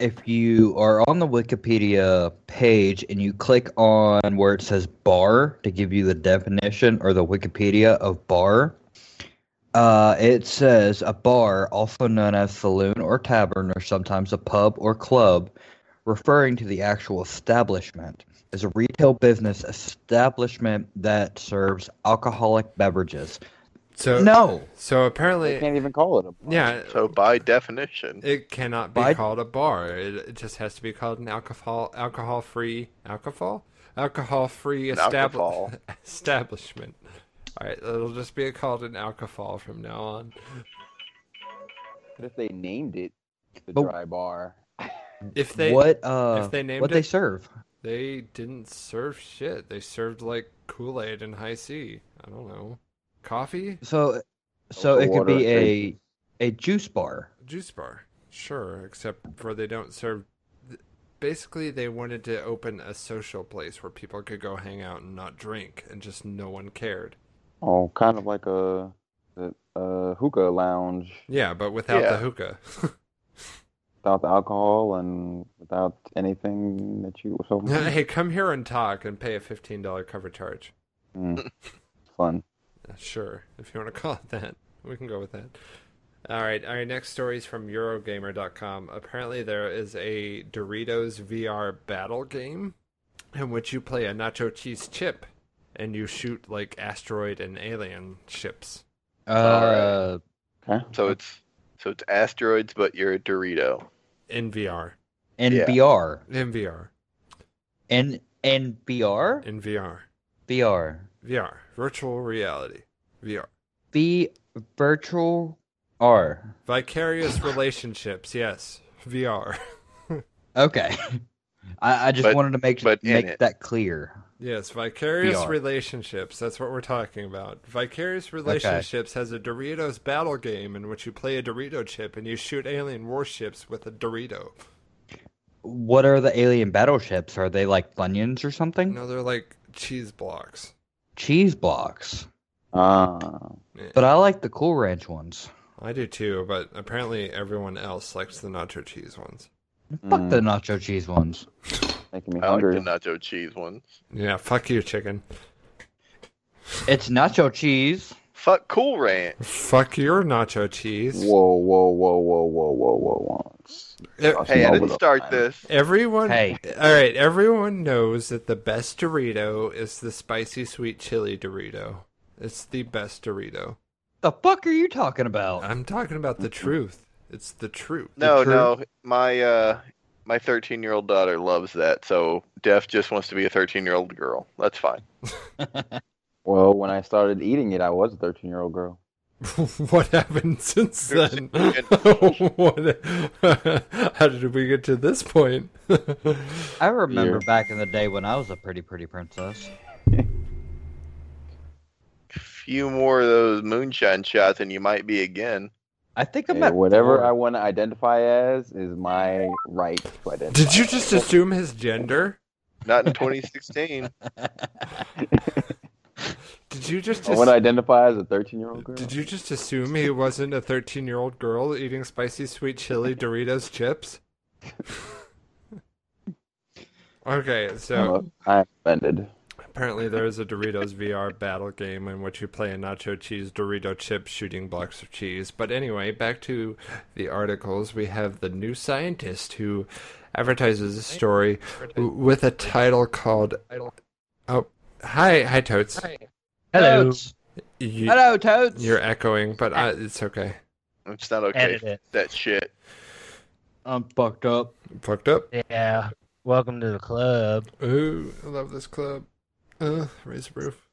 B: if you are on the Wikipedia page and you click on where it says bar to give you the definition or the Wikipedia of bar, uh, it says a bar, also known as saloon or tavern, or sometimes a pub or club, referring to the actual establishment, is a retail business establishment that serves alcoholic beverages.
A: So,
B: No!
A: so
D: They
A: apparently,
D: can't even call it a bar.
A: yeah,
C: So by definition,
A: It cannot be
B: By-
A: called a bar. It, it just has to be called an alcohol alcohol free alcohol alcohol free
C: An alcohol.
A: establishment. <laughs> establishment. All right, it'll just be called an alcohol from now on.
D: What if they named it the
B: But-
D: dry bar?
A: If they
B: what uh,
A: if they named
B: what
A: it-
B: they serve?
A: they didn't serve shit. They served like Kool Aid and high C. I don't know, coffee,
B: So, uh, so it could
D: water
B: be a
D: and
B: a juice bar.
A: juice bar. Sure, except for they don't serve. Basically, they wanted to open a social place where people could go hang out and not drink, and just no one cared.
D: Oh, kind of like a the uh, hookah lounge
A: Yeah, but without
C: Yeah.
A: the hookah. <laughs>
D: without the alcohol and without anything that you
A: <laughs>
D: so
A: hey, come here and talk and pay a fifteen dollar cover charge.
D: Mm. fun.
A: Uh, Sure, if you want to call it that, we can go with that. All right, our next story is from Eurogamer.com. Apparently, there is a Doritos VR battle game in which you play a nacho cheese chip and you shoot like asteroid and alien ships.
B: Uh,
D: Okay.
C: so it's so it's asteroids, but you're a Dorito.
A: In VR.
B: NBR,
A: In VR.
B: N NBR,
A: In VR.
B: BR,
A: VR. Virtual reality. VR.
B: B virtual R.
A: Vicarious relationships, yes. VR.
B: Okay, <laughs> I, I just
C: But-
B: wanted to make
C: but in
B: make
C: it.
B: that clear.
A: Yes, vicarious
B: VR.
A: relationships. That's what we're talking about. Vicarious relationships has a Doritos battle game in which you play a Dorito chip and you shoot alien warships with a Dorito.
B: What are the alien battleships? Are they like bunions or something?
A: No, they're like cheese blocks.
B: Cheese blocks.
D: Ah,
A: Eh,
B: But I like the Cool Ranch ones.
A: I do too, but apparently everyone else likes the nacho cheese ones.
B: Fuck
D: Mm.
C: Hmm.
B: the nacho cheese ones.
D: making me
C: I like
D: hungry.
C: the nacho cheese one.
A: Yeah, fuck you, chicken.
B: It's nacho cheese.
C: Fuck Cool Ranch.
A: Fuck your nacho cheese.
D: Whoa, whoa, whoa, whoa, whoa, whoa, whoa,
A: Eh,
D: whoa.
C: Hey, I didn't start this.
A: Everyone,
B: Hey.
A: all right. Everyone knows that the best Dorito is the spicy sweet chili Dorito. It's the best Dorito.
B: The fuck are you talking about?
A: I'm talking about the truth. It's the truth. <laughs>
C: No,
B: true?
C: no, my uh, my 13 year old daughter loves that. So Def just wants to be a 13 year old girl. That's fine.
D: Well, when I started eating it, I was a 13 year old girl.
A: what happened since
C: There's
A: then? <laughs>
C: significant-
A: What- How did we get to this point? <laughs>
B: I remember
D: Yeah.
B: back in the day when I was a pretty pretty princess.
C: Few more of those moonshine shots, and you might be again.
B: I think I'm
D: Hey,
B: at
D: Eh, whatever
B: four.
D: I want to identify as is my right to identify.
A: did you just assume his gender?
C: Not in 2016.
A: Did you just?
D: I want
A: ass-
D: to identify as a 13 year old girl.
A: Did you just assume he wasn't a 13 year old girl eating spicy sweet chili Doritos chips? <laughs> okay, so
D: Look, I'm offended.
A: apparently there is a Doritos VR battle game in which you play a nacho cheese Dorito chip shooting blocks of cheese. But anyway, back to the articles. We have the new scientist who advertises a story w- with a title called. Oh, hi, hi, Totes.
B: Hello.
F: Toads.
A: You,
B: Hello, Toads.
A: you're echoing, but I, it's okay.
C: It's not okay.
F: Edit it.
C: That shit.
B: I'm fucked up.
A: Fucked up.
F: Yeah. Welcome to the club.
A: Ooh, I love this club. Uh, raise the roof.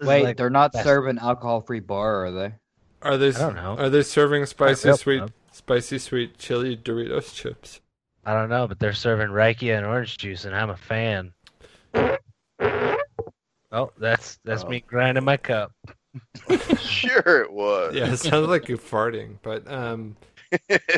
F: is
B: Wait,
F: like
B: they're not
F: best.
B: serving alcohol-free bar, are they?
A: Are they?
F: I don't know.
A: Are they serving spicy
F: Yep.
A: sweet spicy sweet chili Doritos chips?
F: I don't know, but they're serving Reiki and orange juice, and I'm a fan. Oh, that's that's me grinding my cup.
C: sure it was.
A: <laughs> Yeah, it sounds like you're farting. But um,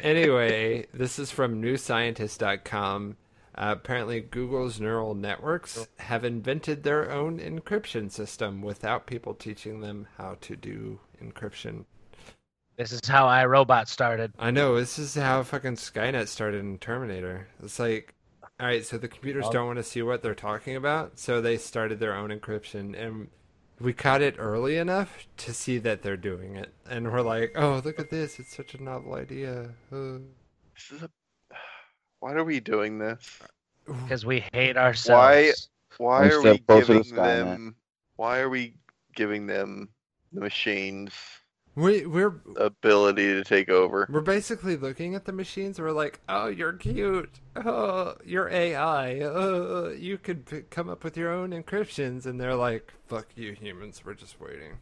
A: anyway, this is from newscientist.com. Uh, apparently, Google's neural networks have invented their own encryption system without people teaching them how to do encryption.
F: This is how iRobot started.
A: I know. This is how fucking Skynet started in Terminator. It's like, all right, so the computers
F: Oh.
A: don't want to see what they're talking about, so they started their own encryption, and we caught it early enough to see that they're doing it, and we're like, oh, look at this! It's such a novel idea. Uh,
C: This is a... Why are we doing this?
F: Because we hate ourselves.
C: Why
D: One
C: are
D: step
C: we
D: closer to
C: giving
D: Skynet.
C: them? Why are we giving them the machines
A: we we're
C: ability to
A: <laughs>
C: take over?
A: we're basically looking at the machines. and We're like, oh, you're cute. Oh, you're AI. Uh, you could p- come up with your own encryptions, and they're like, fuck you, humans. We're just waiting.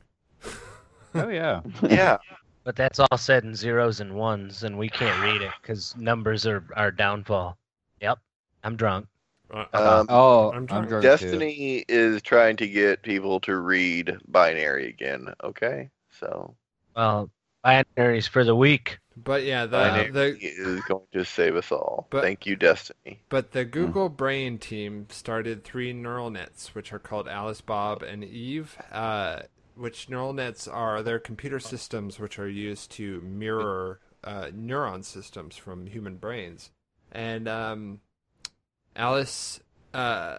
G: Oh yeah.
C: Yeah,
F: But that's all said in zeros and ones, and we can't read it because numbers are our downfall. Yep, I'm drunk.
A: Uh,
C: um,
B: Oh,
A: I'm
B: I'm,
A: drunk.
B: drunk too.
C: Destiny is trying to get people to read binary again. Okay, so
F: Well, binaries for the week.
A: But yeah, the,
C: binary
A: Uh, the
C: is going to save us all.
A: But-
C: Thank you, Destiny.
A: but the Google Brain team started three neural nets, which are called Alice, Bob, and Eve. Uh, which neural nets are? They're computer systems which are used to mirror uh, neuron systems from human brains. And um, Alice uh,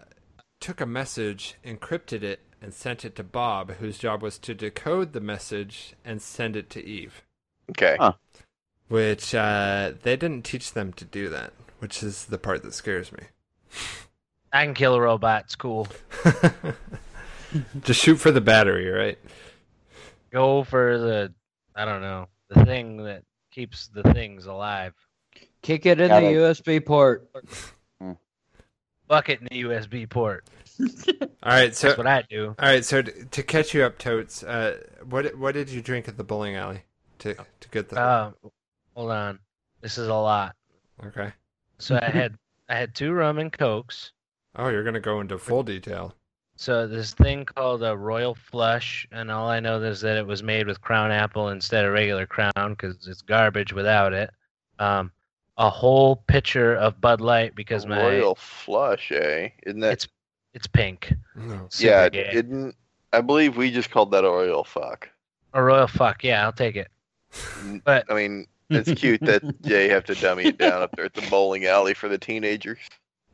A: took a message, encrypted it, and sent it to Bob, whose job was to decode the message and send it to Eve.
C: Okay,
D: Huh.
A: which uh, they didn't teach them to do that, which is the part that scares me.
F: I can kill a robot. It's cool.
A: <laughs> Just shoot for the battery, right?
F: Go for the, I don't know, the thing that keeps the things alive.
B: Kick it in
D: Got
B: the
D: it.
B: USB port.
F: Fuck it in the USB port.
A: All right, so
F: That's what I do.
A: all right, so to, to catch you up, totes. Uh, what what did you drink at the bowling alley to to get the
F: Uh, hold on. This is a lot.
A: okay?
F: So I had I had two rum and cokes.
A: Oh, you're gonna go into full detail.
F: So this thing called a royal flush, and all I know is that it was made with crown apple instead of regular crown because it's garbage without it. Um, a whole pitcher of Bud Light because my
C: royal flush, eh? Isn't that
F: It's it's pink.
A: No.
F: Super
C: yeah?
F: gay.
C: Didn't I believe we just called that a royal fuck?
F: a royal fuck. Yeah, I'll take it. But
C: I mean, it's cute
F: <laughs>
C: that they have to dummy it down up there at the bowling alley for the teenagers.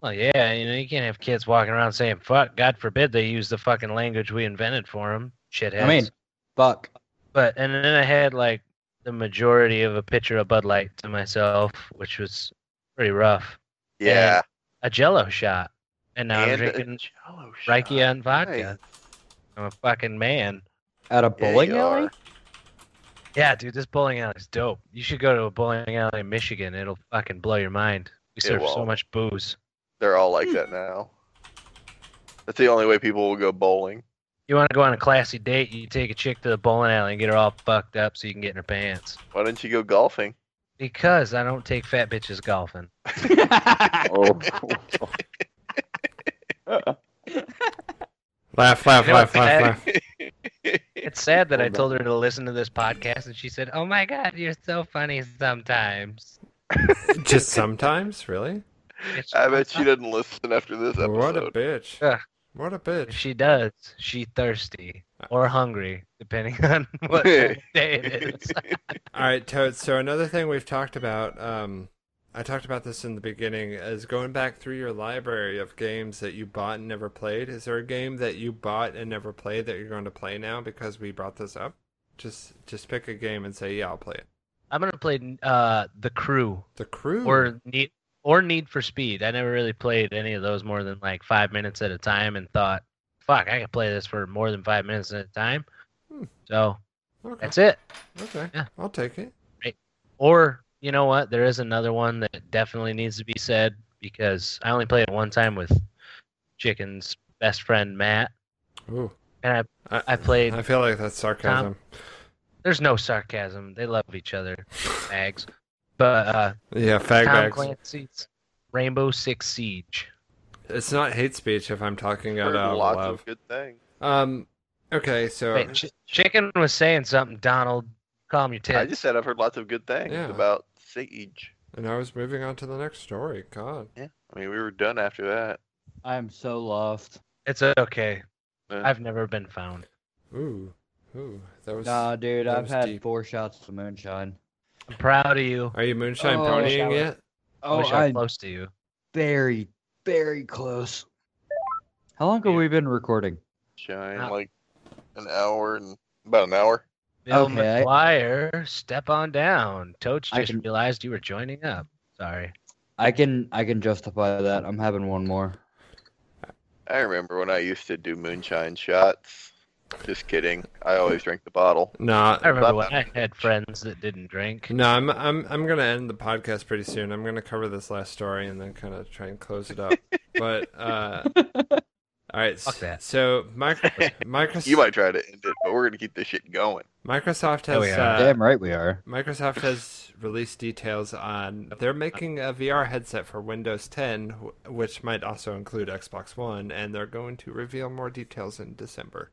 F: well, yeah, you know you can't have kids walking around saying fuck. God forbid they use the fucking language we invented for them. Shitheads.
B: I mean, fuck.
F: but and then I had like the majority of a pitcher of Bud Light to myself, which was pretty rough.
C: Yeah,
F: A Jello shot, and now
C: and
F: I'm
C: a
F: drinking
C: Jell-O shot.
F: Reiki on vodka.
C: Nice.
F: I'm a fucking man.
B: At a
C: Yeah,
B: bowling
C: you
B: alley?
C: are.
F: Yeah, dude, this bowling alley is dope. You should go to a bowling alley in Michigan. It'll fucking blow your mind. We
C: It
F: serve so
C: will.
F: much booze.
C: They're all like that now. That's the only way people will go bowling.
F: You want to go on a classy date? You take a chick to the bowling alley and get her all fucked up so you can get in her pants.
C: Why don't you go golfing?
F: Because I don't take fat bitches golfing.
D: <laughs> oh. <laughs>
A: <laughs> Laugh, laugh,
F: You know
A: laugh,
F: what,
A: laugh,
F: Ed?
A: laugh.
F: It's sad that I
D: Hold on.
F: told her to listen to this podcast, and she said, "Oh my God, you're so funny sometimes." <laughs>
A: Just sometimes, really.
F: Bitch,
C: I bet she doesn't listen after this episode.
A: What a bitch!
F: Yeah.
A: What a
F: if
A: bitch!
F: she does. She thirsty or hungry, depending on <laughs> what day
C: <laughs>
F: it is.
A: All right, Toads. So another thing we've talked about, um, I talked about this in the beginning, is going back through your library of games that you bought and never played. Is there a game that you bought and never played that you're going to play now because we brought this up? Just, just pick a game and say, yeah, I'll play it.
F: I'm gonna play uh, the Crew
A: The Crew.
F: or Need or Need for Speed. I never really played any of those more than like five minutes at a time, and thought, "Fuck, I can play this for more than five minutes at a time."
A: Hmm.
F: So
A: okay,
F: that's it.
A: okay,
F: yeah.
A: I'll take it.
F: Or you know what? There is another one that definitely needs to be said because I only played it one time with Chicken's best friend Matt,
A: Ooh,
F: And I, I played.
A: I feel like that's sarcasm.
F: There's no sarcasm. They love each other, fags. But uh,
A: yeah, fag
F: Tom
A: bags.
F: Clancy's Rainbow Six Siege.
A: It's not hate speech if I'm talking out
C: Heard
A: of
C: lots
A: love.
C: of good things.
A: Um. Okay, so
F: Wait, Ch- Chicken was saying something. Donald, calm your tits.
C: I just said I've heard lots of good things
A: Yeah.
C: about Siege.
A: and I was moving on to the next story. God.
C: I mean, we were done after that.
B: I am so lost.
F: It's okay.
C: Yeah.
F: I've never been found.
A: Ooh. Ooh. That was.
B: Nah, dude,
A: that
B: I've
A: was
B: had
A: deep.
B: four shots of moonshine.
F: I'm proud of you.
A: Are you moonshine
B: Oh,
A: ponying
B: shower.
A: yet?
F: I
B: Oh,
F: wish I
B: I'm
F: was close to you.
B: very, very close. How long have we been recording?
C: Shine
F: Wow.
C: like an hour and about an hour.
F: Bill
B: Okay, I-
F: McGuire, step on down. Toach
B: I
F: just
B: can-
F: realized you were joining up. Sorry.
B: I can I can justify that. I'm having one more.
C: I remember when I used to do moonshine shots. Just kidding. I always drink the bottle.
A: Nah.
F: I remember
C: Love
F: when I had friends that didn't drink.
A: No, I'm I'm I'm gonna end the podcast pretty soon. I'm gonna cover this last story and then kind of try and close it up. but
B: <laughs>
A: uh, all right,
F: Fuck that.
A: so
F: <laughs>
A: Microsoft
C: You might try to end it, but we're gonna keep this shit going.
A: Microsoft
F: Oh,
A: has
F: yeah.
A: uh,
B: Damn right we are.
A: Microsoft has released details on they're making a VR headset for Windows 10, wh- which might also include Xbox One, and they're going to reveal more details in December.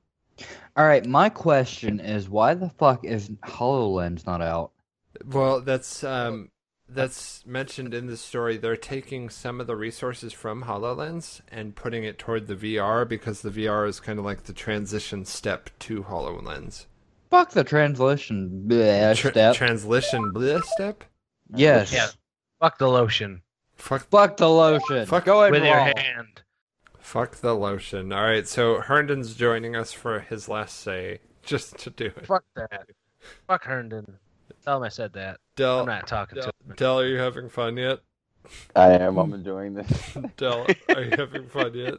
B: All right, my question is why the fuck is HoloLens not out?
A: Well, that's um, that's mentioned in the story. They're taking some of the resources from Hololens and putting it toward the VR because the VR is kind of like the transition step to Hololens.
B: Fuck the translation bleh,
A: Tra-
B: step.
A: Translation bleh step.
B: yes.
F: Yeah. Fuck the lotion
A: Fuck
B: Fuck the lotion.
A: Fuck-
B: Go ahead
F: with your
B: raw.
F: hand.
A: Fuck the lotion. All right, so Herndon's joining us for his last say, just to do it.
F: Fuck that. Fuck Herndon. Tell him I said that.
A: Dell,
F: I'm not talking to
A: Del,
F: him.
A: Del, are you having fun yet?
D: I am. I'm enjoying this.
A: Del, are you having fun yet?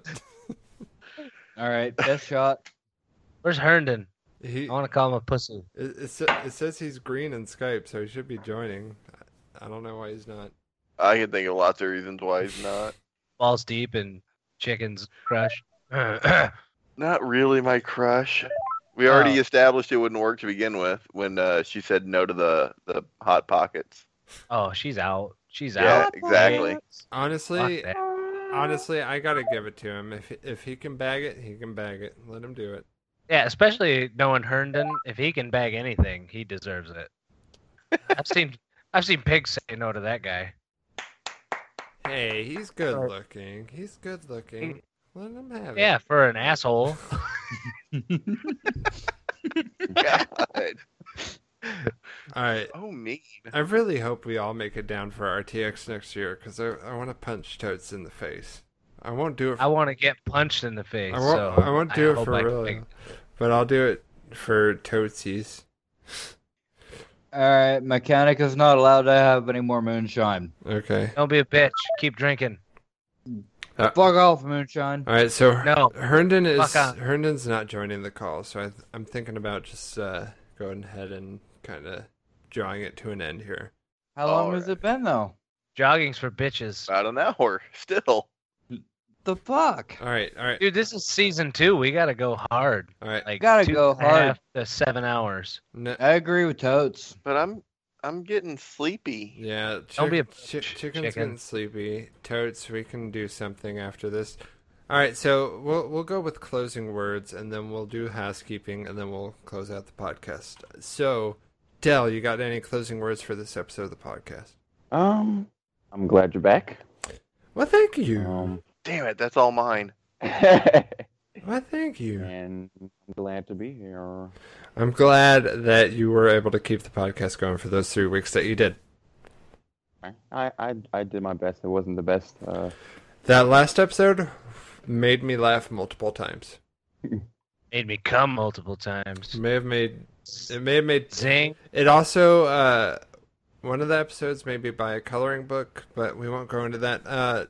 B: All right, best <laughs> shot.
F: Where's Herndon?
A: He,
F: <laughs> I want to call him a pussy.
A: it, it, sa- it says he's green in Skype, so he should be joining. I don't know why he's not.
C: I can think of lots of reasons why he's not.
F: Balls deep and chickens crushed. I
C: Not really my crush. We already
F: Oh.
C: established it wouldn't work to begin with when uh, she said no to the, the hot pockets.
F: <clears throat> Oh, she's out. She's
C: Yeah,
F: out.
C: exactly.
A: Honestly,
F: Fuck that.
A: honestly, I gotta give it to him. If if he can bag it, he can bag it. Let him do it.
F: Yeah, especially knowing Herndon. If he can bag anything, he deserves it. I've seen I've seen pigs say no to that guy.
A: Hey, he's good looking. He's good looking. Let him have
F: Yeah,
A: it.
F: for an asshole.
C: God.
A: All right.
C: <laughs> Oh, mean.
A: I really hope we all make it down for RTX next year because I, I want to punch Totes in the face. I won't do it. For,
F: I want to get punched in the face.
A: I won't.
F: so
A: I won't do it
F: hope
A: for
F: I can
A: real,
F: make-
A: but I'll do it for Toatsies.
B: All right, mechanic is not allowed to have any more moonshine.
A: Okay.
F: Don't be a bitch. Keep drinking.
B: Fuck off, moonshine.
A: All right. So Her-
F: No.
A: Herndon is
F: Fuck off.
A: Herndon's not joining the call, so I th- I'm thinking about just uh, going ahead and kind of drawing it to an end here.
B: How long
C: All
B: has it been though?
F: Jogging's for bitches.
C: About an hour still.
B: The fuck?
A: All right. All right.
F: Dude, this is season two. We gotta go hard.
A: All right.
F: Like
B: Gotta
F: two
B: go
F: and a half
B: hard.
F: to seven hours.
A: No,
B: I agree with Totes.
C: But I'm I'm getting sleepy.
A: yeah.
F: Don't be a
A: chi-
F: bitch,
A: chicken's
F: chicken.
A: getting sleepy. Totes, we can do something after this. All right. So we'll we'll go with closing words, and then we'll do housekeeping, and then we'll close out the podcast. So, Dell, you got any closing words for this episode of the podcast?
D: Um, I'm glad you're back.
A: Well, thank you.
D: Um,
C: Damn it, that's all mine.
A: well, thank you.
D: and I'm glad to be here.
A: I'm glad that you were able to keep the podcast going for those three weeks that you did.
D: I, I I did my best. It wasn't the best. Uh,
A: That last episode made me laugh multiple times.
F: Made me come multiple times.
A: It may have made it may have made
F: Zing.
A: it also uh one of the episodes may be by a coloring book, but we won't go into that. Uh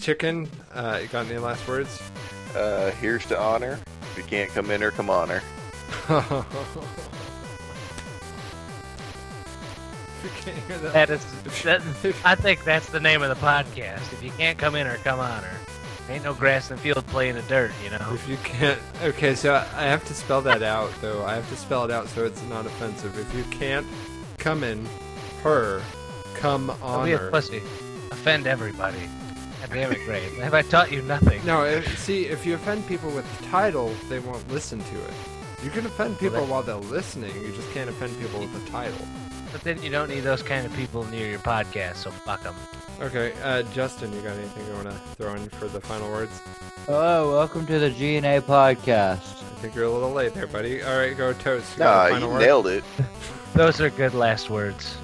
A: chicken, uh you got any last words? <laughs>
C: Uh, here's to honor. If you can't come in her, come on her.
A: You can't hear <laughs> that.
F: That is. That, I think that's the name of the podcast. If you can't come in or come on her. Ain't no grass and field play in the dirt, you know.
A: If you can't, okay, so I have to spell that out though. I have to spell it out so it's not offensive. If you can't come in, her, come
F: Don't
A: on
F: be a
A: her.
F: pussy. Offend everybody. God damn it, Grave. Have I taught you nothing?
A: No, if, see, if you offend people with the title, they won't listen to it. You can offend people
F: that-
A: while they're listening. You just can't offend people with the title.
F: But then you don't need those kind of people near your podcast, so fuck them.
A: Okay, uh, Justin, you got anything you want to throw in for the final words?
B: Hello, welcome to the GNA podcast.
A: I think you're a little late there, buddy. All right, go toast. You
C: Nah,
A: got a
C: Uh, you
A: final word?
C: nailed it.
F: Those are good last words.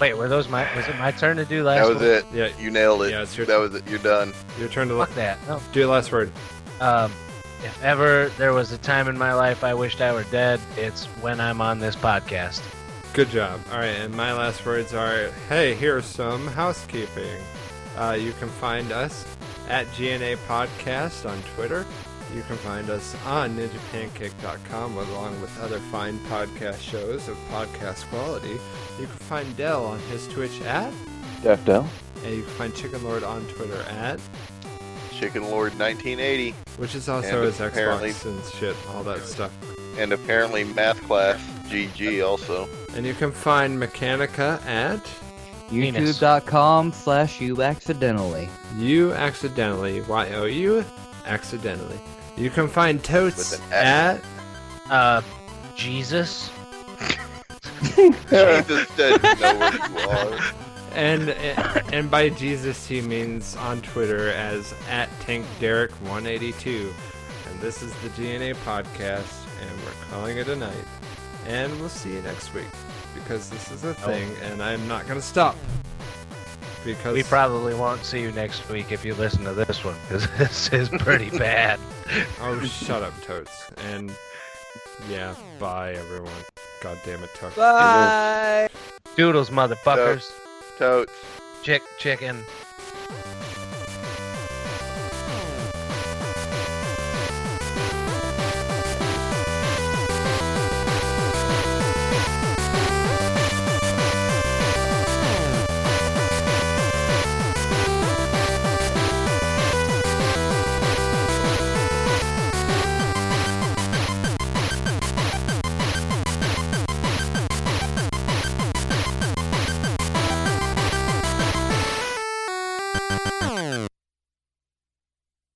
F: Wait, were those my? Was it my turn to do last?
C: That was it.
F: word?
A: Yeah,
C: You nailed it.
A: Yeah, it's your-
C: that was it. You're done.
A: your turn to
F: Fuck
A: look.
F: that. No.
A: do your last word.
F: Um, if ever there was a time in my life I wished I were dead, it's when I'm on this podcast.
A: Good job. All right, and my last words are hey, here's some housekeeping. Uh, you can find us at GNA Podcast on Twitter. You can find us on ninjapancake.com along with other fine podcast shows of podcast quality. You can find Dell on his Twitch at,
D: Def Del.
A: and you can find Chicken Lord on Twitter at,
C: Chicken Lord 1980,
A: which is also
C: And
A: his
C: apparently-
A: Xbox and shit, all that stuff.
C: and apparently math class GG
A: <laughs>
C: also.
A: And you can find Mechanica at
F: Venus.
B: YouTube.com slash you accidentally.
A: You accidentally. Y O U accidentally. You can find totes
C: With an
A: at
C: X.
F: Uh, Jesus.
C: Jesus doesn't know where you are.
A: and and by Jesus he means on Twitter as at Tank Derek 182. And this is the GNA podcast, and we're calling it a night. And we'll see you next week because this is a thing, and I'm not gonna stop because
F: We probably won't see you next week if you listen to this one because <laughs> this is pretty bad.
A: oh shut up totes and yeah bye everyone god damn it totes
B: Bye!
F: Doodles, motherfuckers.
C: Totes.
F: Chick, chicken.